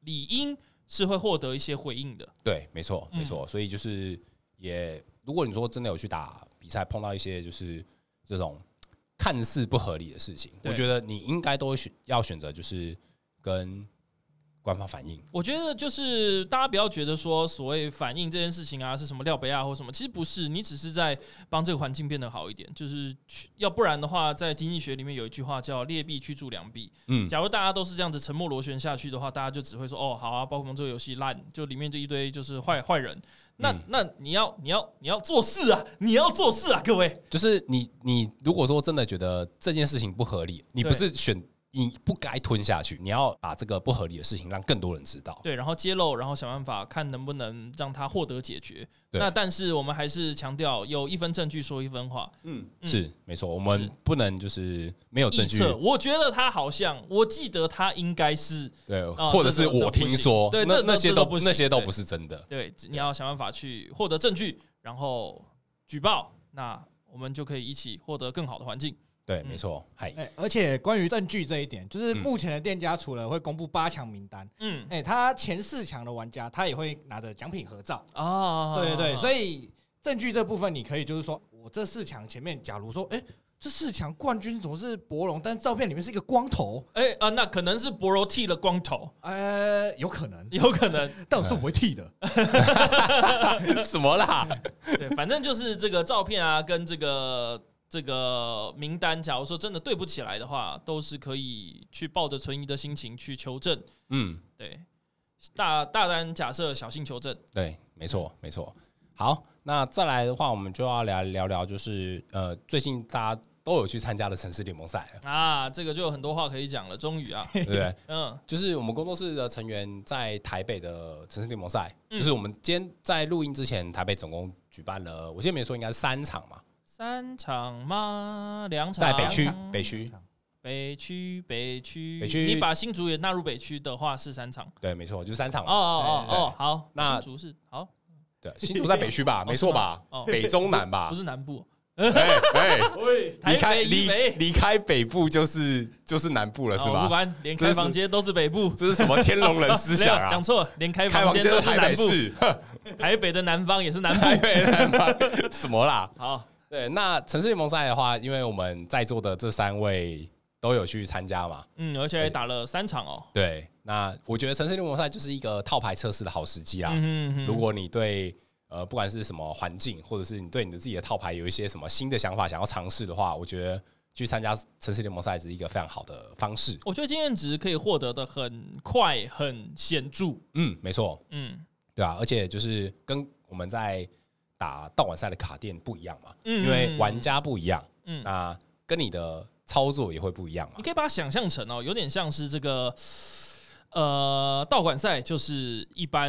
S1: 理应是会获得一些回应的。
S2: 对，没错，
S1: 嗯
S2: 没错。所以就是也，如果你说真的有去打比赛，碰到一些就是这种看似不合理的事情，
S1: 对
S2: 我觉得你应该都会选要选择就是跟官方反映。
S1: 我觉得就是大家不要觉得说所谓反应这件事情啊是什么廖北亚或什么，其实不是，你只是在帮这个环境变得好一点。就是去要不然的话，在经济学里面有一句话叫劣币驱逐良币，
S2: 嗯，
S1: 假如大家都是这样子沉默螺旋下去的话，大家就只会说哦，好啊，宝可梦这个游戏烂，就里面就一堆就是坏坏人。那、
S2: 嗯
S1: 那你要你要你要做事啊，你要做事啊，各位。
S2: 就是你你如果说真的觉得这件事情不合理，你
S1: 对
S2: 不是选你不该吞下去，你要把这个不合理的事情让更多人知道。
S1: 对，然后揭露，然后想办法看能不能让他获得解决。
S2: 对
S1: 那但是我们还是强调，有一分证据说一分话。嗯
S2: 是没错，我
S1: 是
S2: 们不能就是没有
S1: 臆
S2: 证据，
S1: 测，我觉得他好像，我记得他应该是
S2: 对，
S1: 啊
S2: 或者
S1: 这
S2: 是
S1: 个这
S2: 我
S1: 不行
S2: 听说，
S1: 对
S2: 那
S1: 这
S2: 那些
S1: 这
S2: 都
S1: 都不行
S2: 那些都
S1: 对
S2: 不是真的。
S1: 对，你要想办法去获得证据，然后举报，那我们就可以一起获得更好的环境。
S2: 对，
S1: 嗯
S2: 没错， 嗨，
S3: 哎、而且关于证据这一点，就是
S2: 嗯
S3: 目前的店家除了会公布八强名单，
S1: 嗯
S3: 哎、他前四强的玩家他也会拿着奖品合照。
S1: 啊，
S3: 对对对，所
S1: 以
S3: 以证据这部分你可以就是说我这四强前面，假如说，哎、这四强冠军总是博龙，但是照片里面是一个光头，
S1: 哎、啊，那可能是博柔剃了光头，
S3: 呃，有可能，
S1: 有可能，
S3: 但我是不会剃的。
S2: 什么啦？
S1: 对，反正就是这个照片啊，跟这个这个名单，假如说真的对不起来的话，都是可以去抱着存疑的心情去求证，
S2: 嗯，
S1: 对，大大胆假设，小心求证，
S2: 对，没错，没错。好，那再来的话，我们就要来聊聊，就是呃，最近大家都有去参加的城市联盟赛了，
S1: 啊，这个就有很多话可以讲了，终于啊，
S2: 对不 对？
S1: 嗯，
S2: 就是我们工作室的成员在台北的城市联盟赛，
S1: 嗯
S2: 就是我们今天在录音之前，台北总共举办了，我现在没说应该是三场嘛，
S1: 三场吗？两场，
S2: 在北区
S3: 两，
S2: 北区，
S1: 北区，北区，
S2: 北区
S1: 你把新竹也纳入北区的话是三场，
S2: 对，没错，就是三场
S1: 哦
S2: 嘛，
S1: 哦哦
S2: 对
S1: 哦，好，
S2: 那
S1: 新竹是好，
S2: 对，新竹在北区吧，没错吧
S1: 哦？
S2: 北中南 吧
S1: 不？是南部。
S2: 哎哎，
S3: 喂，
S1: 台
S2: 啊离开
S1: 北以
S2: 离
S1: 北
S2: 离开北部就是就是南部了，是
S1: 哦不
S2: 吧？
S1: 管连开房间都是北部，
S2: 这是什么天龙人思
S1: 没
S2: 想
S1: 有
S2: 啊
S1: 讲？错，连开
S2: 开
S1: 房
S2: 房
S1: 间
S2: 间
S1: 都
S2: 是
S1: 是
S2: 台
S1: 南
S2: 北
S1: 部，
S2: 市，
S1: 台北的南方也是南
S2: 台
S1: 部。
S2: 北南方什么啦？
S1: 好，
S2: 对，那城市联盟赛的话，因为我们在座的这三位都有去参加嘛，
S1: 嗯，而且还打了三场哦。
S2: 对，那我觉得城市联盟赛就是一个套牌测试的好时机啦。
S1: 嗯哼
S2: 如果你对呃不管是什么环境，或者是你对你的自己的套牌有一些什么新的想法，想要尝试的话，我觉得去参加城市联盟赛是一个非常好的方式。
S1: 我觉得经验值可以获得的很快，很显著。
S2: 嗯，没错，
S1: 嗯
S2: 对啊，而且就是跟我们在打道馆赛的卡店不一样嘛，
S1: 嗯
S2: 因为玩家不一样，
S1: 嗯，
S2: 那跟你的操作也会不一样嘛
S1: 你。可以把它想象成哦，有点像是这个呃道馆赛，就是一般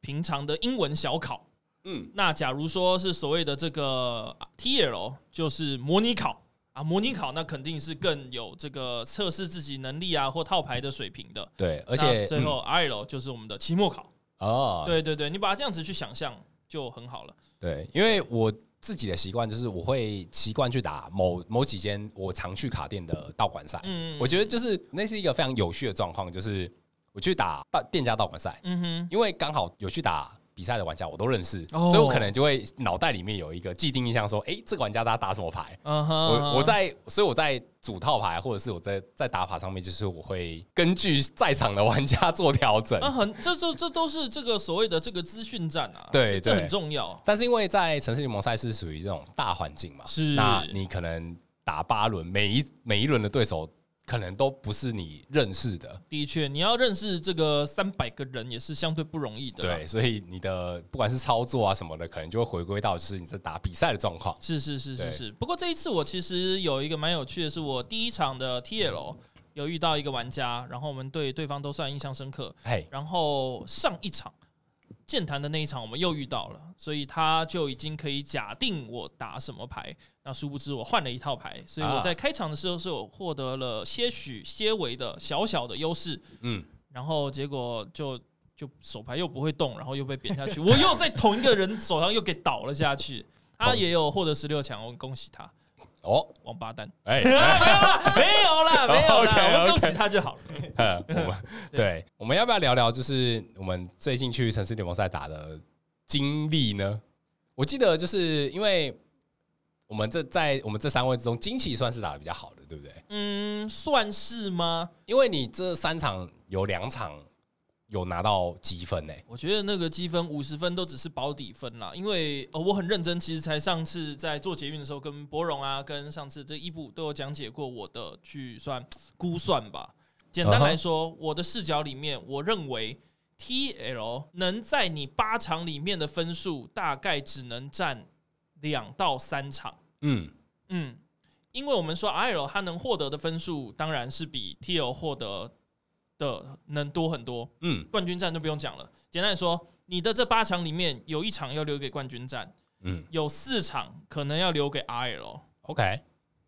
S1: 平常的英文小考。
S2: 嗯，
S1: 那假如说是所谓的这个 TL，就是模拟考。啊，模拟考那肯定是更有这个测试自己能力啊或套牌的水平的。
S2: 对，而且
S1: 那最后 RL 就是我们的期末考，
S2: 嗯哦，
S1: 对对对，你把它这样子去想象就很好了。
S2: 对，因为我自己的习惯就是我会习惯去打某某几间我常去卡店的道馆赛。
S1: 嗯，
S2: 我觉得就是那是一个非常有趣的状况，就是我去打道店家道馆赛，
S1: 嗯哼，
S2: 因为刚好有去打。比赛的玩家我都认识，
S1: 哦
S2: 所以我可能就会脑袋里面有一个既定印象，说，哎、这个玩家他打什么牌？
S1: 嗯哼，
S2: 我我在，所以我在主套牌或者是我在在打法上面，就是我会根据在场的玩家做调整。
S1: 那啊很这这这都是这个所谓的这个资讯站啊，
S2: 对
S1: 这这
S2: 对
S1: 很重要。
S2: 但是因为在城市联盟赛是属于这种大环境嘛，
S1: 是
S2: 那你可能打八轮，每一每一轮的对手可能都不是你认识的，
S1: 的确，你要认识这个三百个人也是相对啊不容易的。
S2: 对，，所以你的不管是操作啊什么的，可能就会回归到就是你在打比赛的状况。
S1: 是是是是
S2: 对
S1: 是。不过这一次我其实有一个蛮有趣的是，我第一场的 TL 有遇到一个玩家，然后我们对对方都算印象深刻。
S2: 嘿，
S1: 然后上一场健谈的那一场我们又遇到了，所以他就已经可以假定我打什么牌。那殊不知我换了一套牌，所以我
S2: 啊
S1: 在开场的时候是有获得了些许些微的小小的优势，
S2: 嗯，
S1: 然后结果就。就手牌又不会动，然后又被扁下去，我又在同一个人手上又给倒了下去。他也有获得十六强，我恭喜他，
S2: 哦，
S1: 王八 蛋！哦
S2: 哎、
S1: 没有啦，没 有啦，
S2: OK，OK
S1: 我们恭喜他就好了。
S2: 呃我们 对，我们要不要聊聊就是我们最近去城市联盟赛打的经历呢？我记得就是因为我们这在我们这三位之中，惊奇算是打的比较好的，对不对？
S1: 嗯，算是吗？
S2: 因为你这三场有两场有拿到积分呢、
S1: 我觉得那个积分五十分都只是保底分啦，因为呃我很认真，其实才上次在做捷运的时候跟博荣啊，跟上次这一部都有讲解过我的去算估算吧。简单来说我的视角里面，我认为 TL 能在你八场里面的分数大概只能占两到三场。
S2: 嗯，
S1: 嗯，因为我们说 IL 它能获得的分数当然是比 TL 获得的能多很多。
S2: 嗯
S1: 冠军战就不用讲了。简单来说，你的这八场里面有一场要留给冠军战，
S2: 嗯
S1: 有四场可能要留给 RL。
S2: ，OK，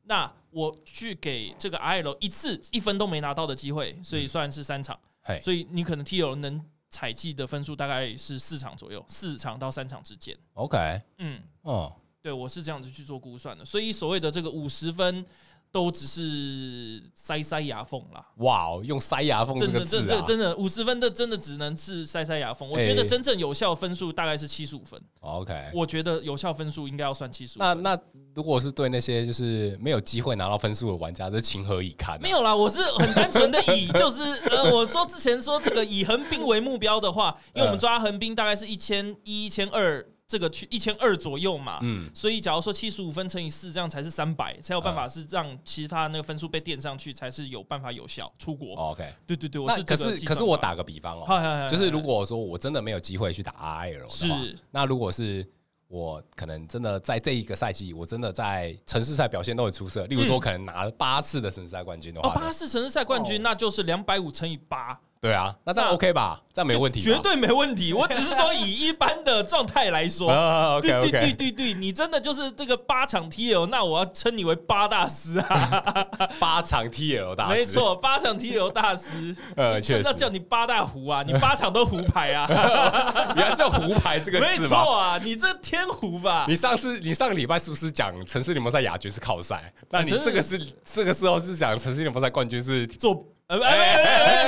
S1: 那我去给这个 RL 一次一分都没拿到的机会，所以算是三场。
S2: 嘿，
S1: 所以你可能 TL 能采集的分数大概是四场左右，四场到三场之间。
S2: ，OK，
S1: 嗯，
S2: 哦，
S1: 对我是这样子去做估算的。所以所谓的这个五十分，都只是塞塞牙缝啦。
S2: 哇哦，用塞牙缝这
S1: 真
S2: 个
S1: 的，
S2: 字
S1: 这
S2: 啊，
S1: 这真的五十分的，真的只能是塞塞牙缝。我觉得
S2: 哎
S1: 真正有效分数大概是七十五分，
S2: OK。
S1: 我觉得有效分数应该要算七十五。
S2: 那那如果是对那些就是没有机会拿到分数的玩家，这情何以堪、啊？
S1: 没有啦，我是很单纯的以， 就是呃，我说之前说这个以横滨为目标的话，因为我们抓横滨大概是一千一、一千二这个区一千二左右嘛，
S2: 嗯
S1: 所以假如说七十五分乘以四，这样才是三百，才有办法是让其他那个分数被垫上去，才是有办法有效出国。
S2: ，OK。
S1: 对对对，我
S2: 哦那
S1: 是
S2: 可
S1: 这个
S2: 是
S1: 计
S2: 可
S1: 算
S2: 是我
S1: 法，
S2: 打个比方哦、
S1: 嗨嗨嗨
S2: 就是如果说我真的没有机会去打 RL 的话
S1: 是，
S2: 那如果是我可能真的在这一个赛季，我真的在城市赛表现都很出色，例如说我可能拿了八次的城市赛冠军的
S1: 嗯哦
S2: 话，
S1: 八次城市赛冠军，
S3: 哦
S1: 那就是两百五乘以八。
S2: 对啊，那这样
S1: 那
S2: OK 吧？这样没问题吧，
S1: 绝对没问题。我只是说以一般的状态来说。
S2: 啊，OK
S1: 对对对
S2: OK，
S1: 对对，你真的就是这个八场 TL，那我要称你为八大师啊！
S2: 八场 TL 大师，
S1: 没，错，八场 TL 大师，
S2: 呃
S1: 你
S2: 确
S1: 真的
S2: 实
S1: 叫你八大胡啊，你八场都胡牌啊，
S2: 原来是有胡牌这个
S1: 没
S2: 字
S1: 错
S2: 吗？
S1: 啊，你这天胡吧
S2: 你？上次你上个礼拜是不是讲城市联盟赛亚军是靠赛？那你
S1: 真的
S2: 这个是这个时候是讲城市联盟赛冠军是
S1: 做呃没没没没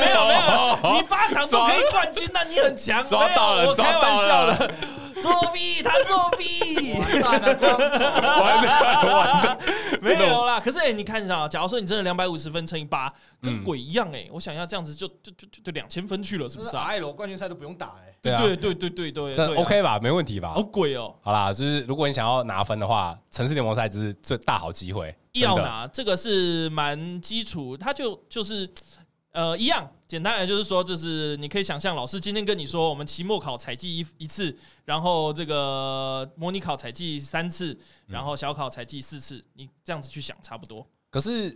S1: 没有 没有，你八场都
S2: 抓
S1: 可以冠军，那你很强，
S2: 抓到
S1: 没有
S2: 了
S1: 我开
S2: 抓到
S1: 玩笑
S2: 了
S1: 了，作弊，他作弊。
S3: 完蛋了 光头，
S2: 完蛋完蛋，
S1: 没
S2: 真的
S1: 有啦，可是哎、欸你看一下啊，假如说你真的两百五十分乘以八，跟鬼一样哎、欸我想要这样子就就就就就两千分去了，是
S3: 就
S1: 不
S3: 是
S1: 是啊？
S3: I E 罗冠军赛都不用打哎、
S2: 对啊
S1: 对对对对对
S2: 这
S1: 对啊
S2: OK 吧？没问题吧
S1: 好？鬼哦、
S2: 好啦，就是如果你想要拿分的话，城市联盟赛只是最大好机会，真的
S1: 要拿这个是蛮基础，它就就是呃一样，简单来就是说，就是你可以想象老师今天跟你说，我们期末考采记一一次，然后这个模拟考采记三次，然后小考采记四次，你这样子去想差不多。
S2: 可是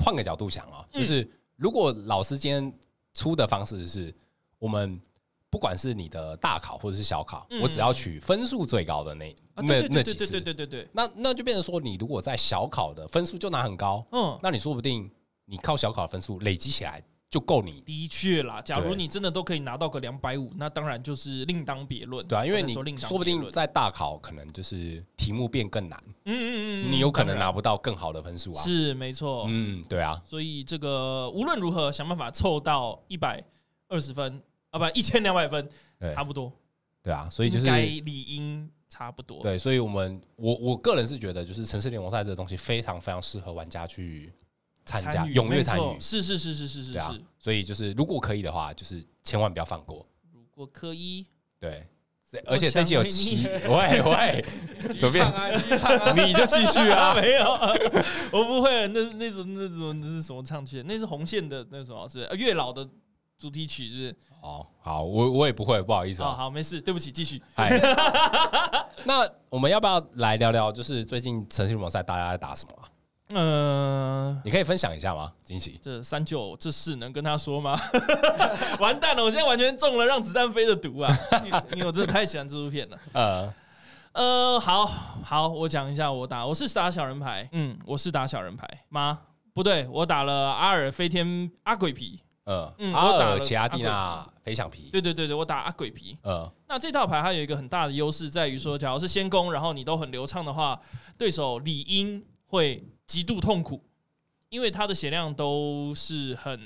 S2: 换个角
S1: 嗯
S2: 度想啊，就是如果老师今天出的方式是我们不管是你的大考或者是小考，
S1: 嗯
S2: 我只要取分数最高的那
S1: 啊，
S2: 那
S1: 对
S2: 那
S1: 对对对
S2: 几
S1: 对
S2: 次，
S1: 对对对，
S2: 那那就变成说，你如果在小考的分数就拿很高，
S1: 嗯，
S2: 那你说不定你靠小考的分数累积起来就够你
S1: 的确啦。假如
S2: 对
S1: 你真的都可以拿到个两百五，那当然就是另当别论。
S2: 对啊，因为
S1: 我在
S2: 你
S1: 说另当
S2: 说不
S1: 别
S2: 定
S1: 论
S2: 在大考可能就是题目变更难，
S1: 嗯嗯嗯嗯，
S2: 你有可能
S1: 当然
S2: 拿不到更好的分数啊。
S1: 是哦没错。
S2: 嗯，对啊，
S1: 所以这个无论如何想办法凑到一百二十分啊，不一千两百分，
S2: 对
S1: 差不多，
S2: 对啊，所以就
S1: 应该
S2: 是
S1: 理应差不多。
S2: 对，所以我们我我个人是觉得，就是城市联盟赛这个东西非常非常适合玩家去参加，
S1: 与
S2: 踊跃
S1: 没
S2: 参
S1: 错
S2: 与，
S1: 是是是是是是
S2: 对啊
S1: 是。。
S2: 所以就是如果可以的话，就是千万不要放过。
S1: 如果可以，
S2: 对，这
S1: 我
S2: 而且这
S1: 想
S2: 期有
S1: 为你，
S2: 七， 喂喂，左边
S3: 唱啊，你唱啊，
S2: 你就继续啊
S1: 没有，我不会。那那首那首那是什么唱去？那是红线的那什么？是不是呃月老的主题曲？是不是？
S2: 哦，好，我我也不会，不好意思
S1: 好
S2: 啊。
S1: 哦好，没事，对不起，继续。
S2: 嗨，哎那我们要不要来聊聊，就是最近城市联盟赛大家在打什么、啊？
S1: 嗯、
S2: 你可以分享一下吗？惊喜
S1: 这三九这事能跟他说 吗？完蛋了，我现在完全中了让子弹飞的毒 啊！因为我真的太喜欢这部片了。
S2: 呃，
S1: 呃，好好，我讲一下我打，我是打小人牌，嗯，我是打小人牌吗？不对，我打了阿尔飞天阿鬼皮，
S2: 呃，
S1: 嗯
S2: 阿
S1: 我打
S2: 尔
S1: 了
S2: 奇亚蒂
S1: 阿
S2: 娜飞想皮，
S1: 对对对对，我打阿鬼皮。
S2: 呃，
S1: 那这套牌它有一个很大的优势，在于说，假如是先攻，然后你都很流畅的话，对手理应会极度痛苦，因为它的血量都是很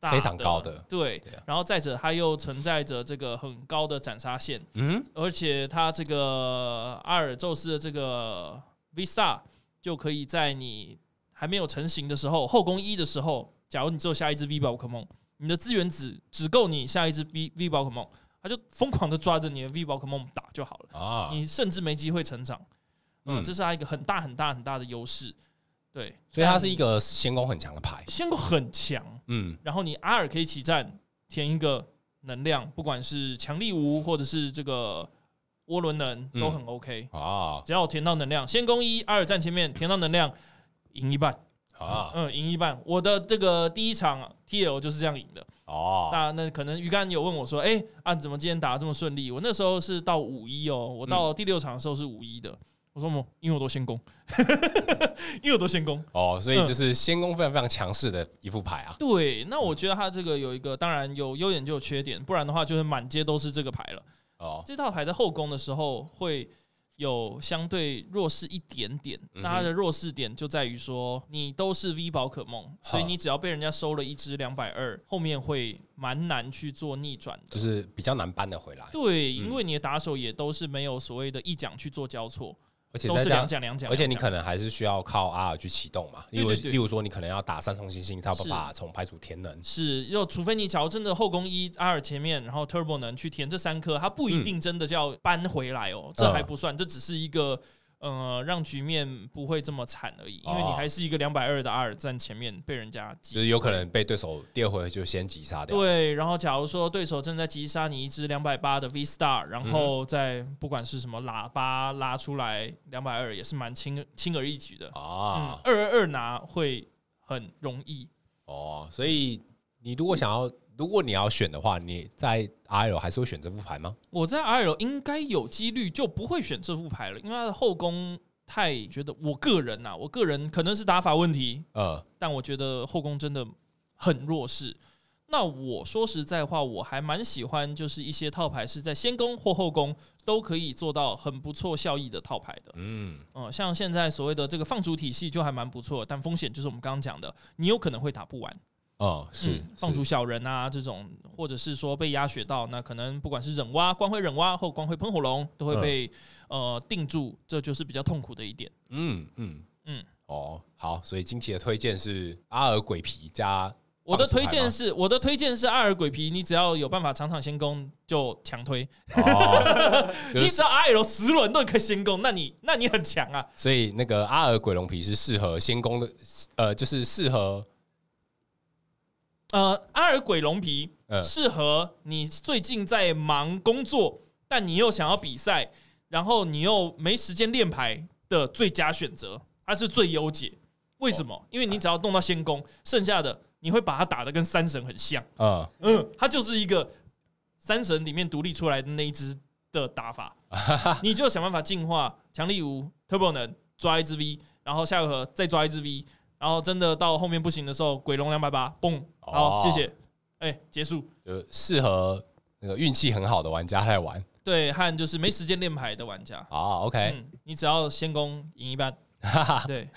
S1: 大
S2: 非常高的
S1: 对
S2: 对啊，
S1: 然后再者，它又存在着这个很高的斩杀线，
S2: 嗯，
S1: 而且它这个阿尔宙斯的这个 V Star 就可以在你还没有成型的时候，后宫一的时候，假如你只有下一只 V 宝可梦，你的资源只只够你下一只 V V 宝可梦，它就疯狂的抓着你的 V 宝可梦打就好了，
S2: 啊，
S1: 你甚至没机会成长。嗯，
S2: 嗯，
S1: 这是它一个很大很大很大的优势。对，
S2: 所以它是一个先攻很强的牌，
S1: 先攻很强，
S2: 嗯，
S1: 然后你阿尔可以起战填一个能量，不管是强力无或者是这个涡轮能都很 OK。
S2: 啊
S1: 只要我填到能量，先攻一，阿尔站前面填到能量，赢一半，
S2: 啊
S1: 嗯，赢一半。我的这个第一场 TL 就是这样赢的。
S2: 哦，
S1: 那那可能鱼竿有问我说，哎、啊，怎么今天打得这么顺利？我那时候是到五一哦，我到第六场的时候是五一的。我说我因为我都先攻， 因为我都先攻。
S2: 哦，所以
S1: 嗯
S2: 就是先攻非常非常强势的一副牌啊，
S1: 对，那我觉得他这个有一个，当然有优点就有缺点，不然的话就是满街都是这个牌了。
S2: 哦，
S1: 这套牌在后宫的时候会有相对弱势一点点，
S2: 嗯哼
S1: 那它的弱势点就在于说你都是 V 宝可梦，所以
S2: 好
S1: 你只要被人家收了一只两百二，后面会蛮难去做逆转的。
S2: 就是比较难搬得回来，
S1: 对，
S2: 嗯
S1: 因为你的打手也都是没有所谓的一奖去做交错，
S2: 而且
S1: 都
S2: 再
S1: 是
S2: 这
S1: 两
S2: 样，
S1: 奖两奖，
S2: 而且你
S1: 两奖
S2: 可能还是需要靠阿尔去启动嘛，例如
S1: 对对对
S2: 例如说你可能要打三重星星，才有办
S1: 是
S2: 法从排除天能，
S1: 是要除非你假如真的后宫一阿尔前面，然后 Turbo 能去填这三颗，它不一定真的叫搬回来哦，
S2: 嗯
S1: 这还不算，这只是一个呃让局面不会这么惨而已，因为你
S2: 哦
S1: 还是一个两百二的阿尔站前面被人家
S2: 就
S1: 击。
S2: 是有可能被对手第二回就先击杀掉，
S1: 对，然后假如说对手正在击杀你一只两百八的 V
S2: 嗯
S1: Star，然后再不管是什么喇叭拉出来两百二也是蛮轻轻而易举的，嗯
S2: 啊，，
S1: 二二二拿会很容易。
S2: 哦，所以你如果想要，如果你要选的话，你在 RL 还是会选这副牌吗？
S1: 我在 RL 应该有几率就不会选这副牌了，因为它的后宫太觉得我个人呐、我个人可能是打法问题，
S2: 呃，
S1: 但我觉得后宫真的很弱势。那我说实在话，我还蛮喜欢就是一些套牌是在先攻或后攻都可以做到很不错效益的套牌的。
S2: 嗯，
S1: 嗯，像现在所谓的这个放逐体系就还蛮不错，但风险就是我们刚刚讲的，你有可能会打不完。
S2: 哦，是
S1: 嗯放逐
S2: 是
S1: 小人啊这种，或者是说被压血到，那可能不管是忍蛙、光辉忍蛙或光辉喷火龙，都会被、呃定住，这就是比较痛苦的一点。
S2: 嗯嗯
S1: 嗯
S2: 嗯，哦，好，所以惊奇的推荐是阿尔鬼皮加
S1: 我的
S2: 放
S1: 推
S2: 逐牌
S1: 荐
S2: 吗
S1: 是，我的推荐是阿尔鬼皮，你只要有办法场场先攻就强推，
S2: 哦，就
S1: 你
S2: 是
S1: 只要 R L 十轮都可以先攻，那你那你很强啊。
S2: 所以那个阿尔鬼龙皮是适合先攻的，呃，就是适合
S1: 呃，阿尔鬼龙皮
S2: 呃
S1: 适合你最近在忙工作，但你又想要比赛，然后你又没时间练牌的最佳选择，它是最优解。为什么？因为你只要弄到先攻，剩下的你会把它打得跟三神很像。
S2: 呃
S1: 嗯，它就是一个三神里面独立出来的那一只的打 法，你就想办法进化强力无 Turbo 能抓一只 V，然后下回合再抓一只 V，然后真的到后面不行的时候，鬼龙两百八，嘣，好，
S2: 哦
S1: 谢谢，哎、结束。
S2: 就适合那个运气很好的玩家来玩
S1: 对，和就是没时间练牌的玩家，
S2: 啊。OK，
S1: 嗯，你只要先攻赢一半，
S2: 哈哈，
S1: 对，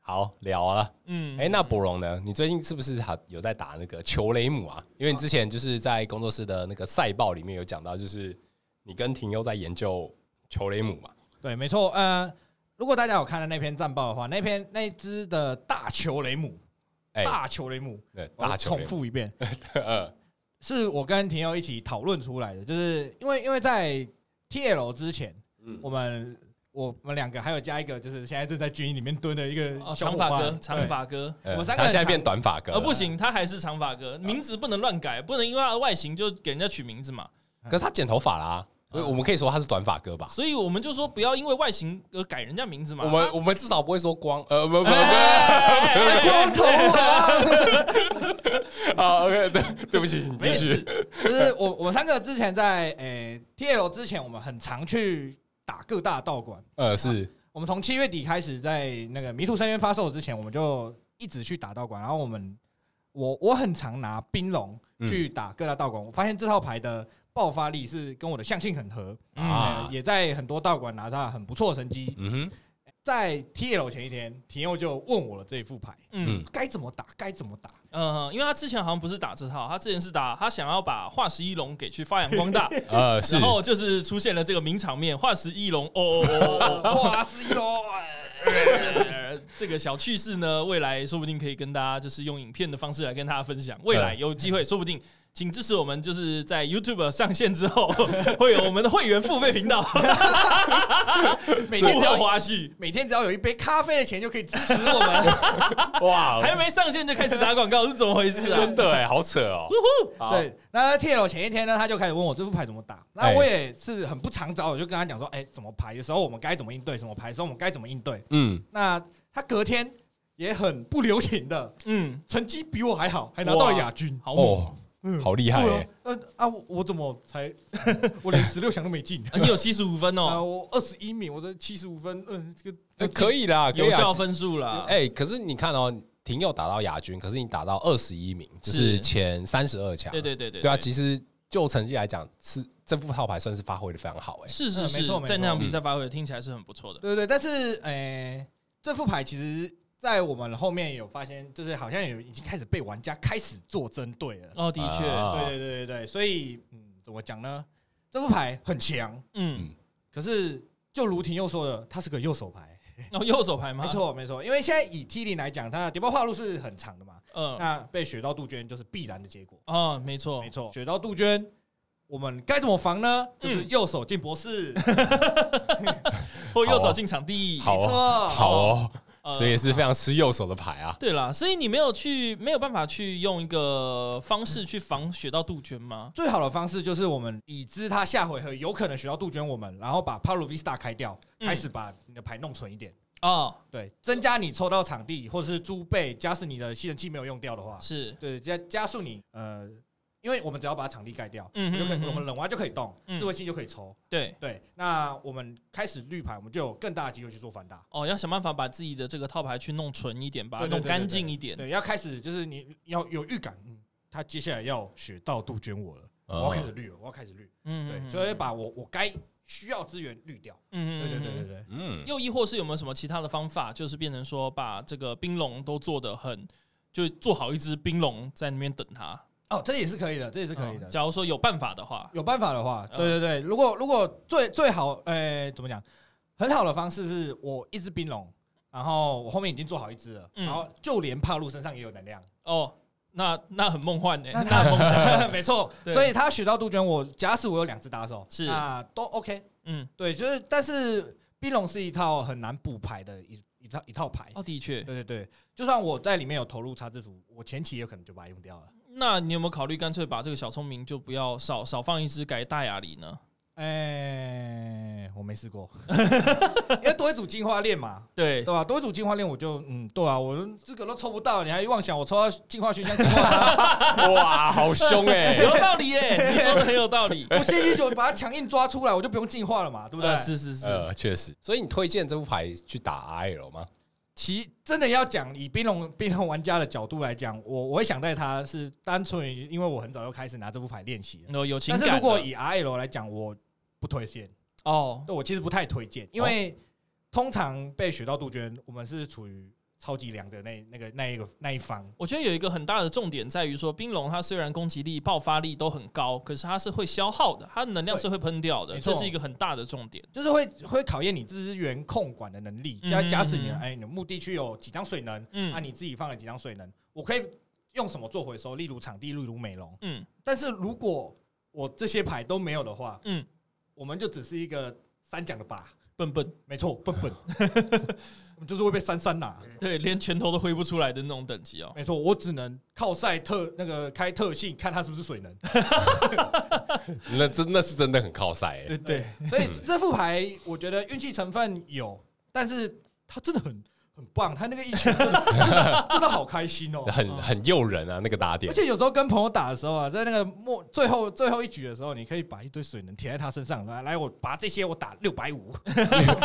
S2: 好聊了。
S1: 嗯，
S2: 哎，那博荣呢？你最近是不是还有在打那个球雷姆啊？因为你之前就是在工作室的那个赛报里面有讲到，就是你跟廷佑在研究球雷姆嘛。
S3: 对，没错。呃，如果大家有看到那篇战报的话，那篇那一只的大球雷姆，
S2: 哎，
S3: 大球雷姆，
S2: 对，
S3: 我
S2: 大球
S3: 哦重
S2: 雷姆，
S3: 复一遍，
S2: 呃
S3: 是我跟廷佑一起讨论出来的，就是因为因为在 T L 之前，
S2: 嗯
S3: 我们我们两个还有加一个，就是现在正在军营里面蹲的一个
S1: 哦，
S3: 小
S1: 长
S3: 伙
S1: 发
S3: 伴
S1: 哥，长，发哥，
S2: 呃
S3: 我三个
S2: 他
S3: 人
S2: 现在
S3: 长
S2: 变短发哥
S1: 呃，
S2: 了，
S1: 不行，他还是长发哥，名字不能乱改，不能因为他的外形就给人家取名字嘛。
S2: 可是他剪头发啦，所以我们可以说他是短发哥吧。
S1: 所以我们就说不要因为外形而改人家名字嘛。
S2: 我们我们至少不会说光，呃，不不不，
S1: 哎
S3: 对哎光头啊，
S2: 好，OK，对，对不起，你继续。
S3: 就是我我们三个之前在诶 T L 之前，我们很常去打各大道馆。
S2: 呃，是
S3: 我们从七月底开始，在那个《迷途深渊》发售之前，我们就一直去打道馆。然后我们，我我很常拿冰龙
S2: 嗯
S3: 去打各大道馆，我发现这套牌的爆发力是跟我的象性很合，
S1: 嗯
S2: 啊
S3: 呃，也在很多道馆拿到很不错的成绩。
S2: 嗯哼，
S3: 在 T L 前一天，体佑就问我了这一副牌
S1: 嗯
S2: 嗯
S3: 该怎么打，该怎么打。
S1: 嗯、呃因为他之前好像不是打这套，他之前是打他想要把化石翼龙给去发扬光大，
S2: 呃，是
S1: 然，后就是出现了这个名场面，化石翼龙哦哦哦哦哦。
S3: 哇，是一喽！
S1: 呃这个小趣事呢，未来说不定可以跟大家就是用影片的方式来跟大家分享。未来有机会，说不定请支持我们，就是在 YouTube 上线之后，会有我们的会员付费频道，
S3: 每天
S1: 幕
S3: 只
S1: 后
S3: 要
S1: 花絮。
S3: 每天只要有一杯咖啡的钱就可以支持我们。
S2: 哇，
S1: 还没上线就开始打广告是怎么回事啊
S2: 真？的哎，好扯哦。好
S3: 对，那 T L 前一天呢，他就开始问我这副牌怎么打。那
S2: 哎
S3: 我也是很不常找，我就跟他讲说，哎、怎么牌的时候我们该怎么应对，什么牌的时候我们该怎么应对。
S2: 嗯，
S3: 那他隔天也很不留情的，
S1: 嗯，
S3: 成绩比我还好，还拿到了亚军。
S1: 好猛哦
S2: 哦，好厉害
S3: 对啊
S2: 哎，
S3: 呃啊，我我怎么才 我连十六强都 没进
S1: 啊！你有七十五分
S3: 啊？
S1: 哦，
S3: 我二十一名，我这七十五分，嗯、这个
S2: 呃可以啦，可
S1: 有
S2: 以啦
S3: 啊
S1: 效。分数啦。
S2: 哎，可是你看哦，廷佑打到亚军，可是你打到二十一名，就是
S1: 是
S2: 前三十二强。
S1: 对对对对，
S2: 对啊，其实就成绩来讲，是这副套牌算是发挥的非常好哎。
S1: 是是
S3: 嗯
S1: 是
S3: 没错，没
S1: 在那
S3: 错
S1: 场比赛发挥听起来是很不错的。
S3: 对对，但是诶、呃这副牌其实。在我们后面有发现，就是好像有已经开始被玩家开始做针对了。
S1: 哦，的确，
S2: 啊
S3: 对对对对对，所以嗯，怎么讲呢？这副牌很强，
S1: 嗯，
S3: 可是就如婷又说的，它是个右手牌，
S1: 然后哦右手牌吗？
S3: 嗯没，错没错。因为现在以 T 零来讲，它的谍报话路是很长的嘛，
S1: 嗯，
S3: 那被雪道杜鹃就是必然的结果，
S1: 哦，没错
S3: 没，错。雪道杜鹃，我们该怎么防呢？就是右手进博士，
S1: 或右
S2: 好
S1: 手
S2: 哦
S1: 进场第一，
S2: 好
S3: 没
S2: 哦，
S3: 错，
S2: 好哦，
S1: 呃
S2: 所以也是非常吃右手的牌啊。
S1: 对啦，所以你没有去，没有办法去用一个方式去防雪到杜鹃吗？
S3: 最好的方式就是我们已知他下回合有可能雪道杜鹃我们，然后把 p a l o Vista 开掉，
S1: 嗯
S3: 开始把你的牌弄纯一点。
S1: 哦，
S3: 对，增加你抽到场地或者是猪背，加是你的吸尘器没有用掉的话，
S1: 是，
S3: 对，加加速你呃，因为我们只要把场地盖掉，
S1: 嗯
S3: 嗯，就可
S1: 嗯
S3: 以，
S1: 嗯
S3: 我们冷蛙就可以动，
S1: 嗯
S3: 智慧性就可以抽。
S1: 对，
S3: 对，那我们开始绿牌，我们就有更大的机会去做反打。
S1: 哦，要想办法把自己的这个套牌去弄纯一点，把它
S3: 对对
S1: 弄
S3: 对
S1: 干
S3: 对
S1: 净一点。
S3: 对，要开始就是你要有预感，嗯，他接下来要血到杜鹃我了，我要
S2: 哦
S3: 开始绿了，我要开始绿，
S1: 嗯，
S3: 对，
S1: 嗯
S3: 就会，把我我该需要资源绿掉。
S1: 嗯
S3: 对对对对
S1: 对。
S3: 对，
S2: 嗯，
S1: 又亦或是有没有什么其他的方法，就是变成说把这个冰龙都做得很，就做好一只冰龙在那边等它，
S3: 哦，这也是可以的，这也是
S1: 是
S3: 可以的。
S1: 假如说有办法的话，
S3: 有办法的话，
S1: 嗯
S3: 对对对，如果如果最最好，呃，怎么讲？很好的方式是我一只冰龙，然后我后面已经做好一只了，
S1: 嗯
S3: 然后就连帕路身上也有能量，
S1: 哦，那那很梦幻呢、
S3: 那
S1: 那很梦想。
S3: 他 没错，
S1: 对
S3: 所以他血到杜鹃，我假使我有两只打手，
S1: 是
S3: 啊，都 OK，
S1: 嗯，
S3: 对，就是但是冰龙是一套很难补牌的一一套一套牌，
S1: 哦，的确。
S3: 对对对，就算我在里面有投入插字符，我前期也可能就把它用掉了。
S1: 那你有没有考虑干脆把这个小聪明就不要少少放一只改大雅里呢？
S3: 哎、我没试 过，因为多一组进化链嘛，
S1: 对
S3: 对，吧、多一组进化链，我就嗯，对啊，我资格都抽不到，你还妄想我抽到进化熏香进 化塔，
S2: 哇，好凶 哎、
S1: 有道理耶、你说的很有道理。
S3: 我先一九把它强硬抓出来，我就不用进化了嘛，对不对
S1: 呃？是是是，
S2: 呃，确实。所以你推荐这副牌去打 IL 吗？
S3: 其真的要讲，以冰龙冰龙玩家的角度来讲，我我会想带他是单纯因为我很早就开始拿这副牌练习了。
S1: 哦有有嗯情
S3: 但
S1: 感的。
S3: 是如果以 RL 来讲，我不推荐，
S1: 哦，
S3: 对我其实不太推荐，因为通常被雪道杜鹃，我们是处于超级凉的那那个那一个那一方。
S1: 我觉得有一个很大的重点在于说，冰龙它虽然攻击力、爆发力都很高，可是它是会消耗的，它的能量是会喷掉的，
S3: 没
S1: 这
S3: 错
S1: 是一个很大的重点。
S3: 就是会会考验你资源控管的能力，
S1: 嗯
S3: 假假使你
S1: 嗯嗯
S3: 哎、你墓地区有几张水能，
S1: 嗯
S3: 啊你自己放了几张水能，我可以用什么做回收？例如场地，例如美容。
S1: 嗯
S3: 但是如果我这些牌都没有的话，
S1: 嗯，
S3: 我们就只是一个三奖的靶，
S1: 笨笨，
S3: 没错，笨笨， 我们就是会被三三拿。
S1: 对，连拳头都挥不出来的那种等级哦。
S3: 没错，我只能靠赛特那个开特性，看他是不是水能。
S2: 那真那是真的很靠赛哎、
S3: 对，所以这副牌我觉得运气成分有，但是他真的很很棒，他那个一拳真的真的真的好开心哦。
S2: 欸很很诱人啊，那个打点
S3: 而。且有时候跟朋友打的时候啊，在那个末最后最后一局的时候，你可以把一堆水能贴在他身上，来来，我拔这些，我打六百五，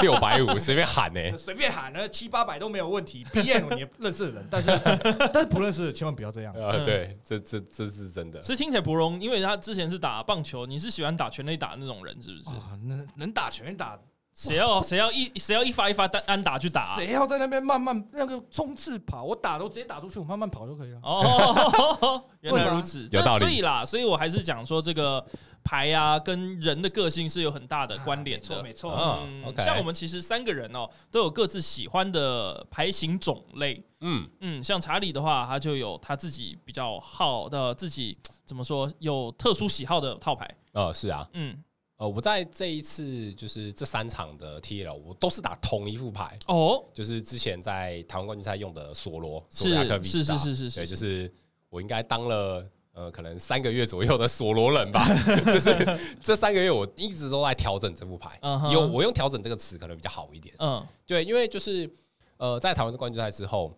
S2: 六百五随便喊欸
S1: 哎
S2: 呢、
S3: 随便喊，那七八百都没有问题。毕业你也认识的人，但是 但是不认识的千万不要这样。
S2: 呃，对，这这这是真的。
S1: 所以听起来不容，因为他之前是打棒球，你是喜欢打全垒打的那种人，是不是？
S3: 啊，能能打全打，
S1: 谁要谁要一谁要一发一发单单打去打啊、
S3: 谁要在那边慢慢那个冲刺跑？我打都直接打出去，我慢慢跑就可以了。
S1: 哦，原来如此，
S2: 对吧有道理
S1: 所以啦，所以我还是讲说这个牌啊，跟人的个性是有很大的关联的。
S3: 啊没错，没错。
S2: 啊
S1: 嗯
S2: OK
S1: 像我们其实三个人哦，都有各自喜欢的牌型种类。
S2: 嗯，
S1: 嗯，像查理的话，他就有他自己比较好的自己怎么说有特殊喜好的套牌。
S2: 呃，是啊，
S1: 嗯，
S2: 呃，我在这一次就是这三场的 TL，我都是打同一副牌，
S1: 哦，
S2: 就是之前在台湾冠军赛用的索罗，
S1: 是
S2: 索罗亚克 V
S1: 是是是是是
S2: 对，就是我应该当了呃可能三个月左右的索罗人吧， 就是这三个月我一直都在调整这副牌
S1: 嗯哼
S2: 有我用调整这个词可能比较好一点，
S1: 嗯，
S2: 对，因为就是呃在台湾的冠军赛之后。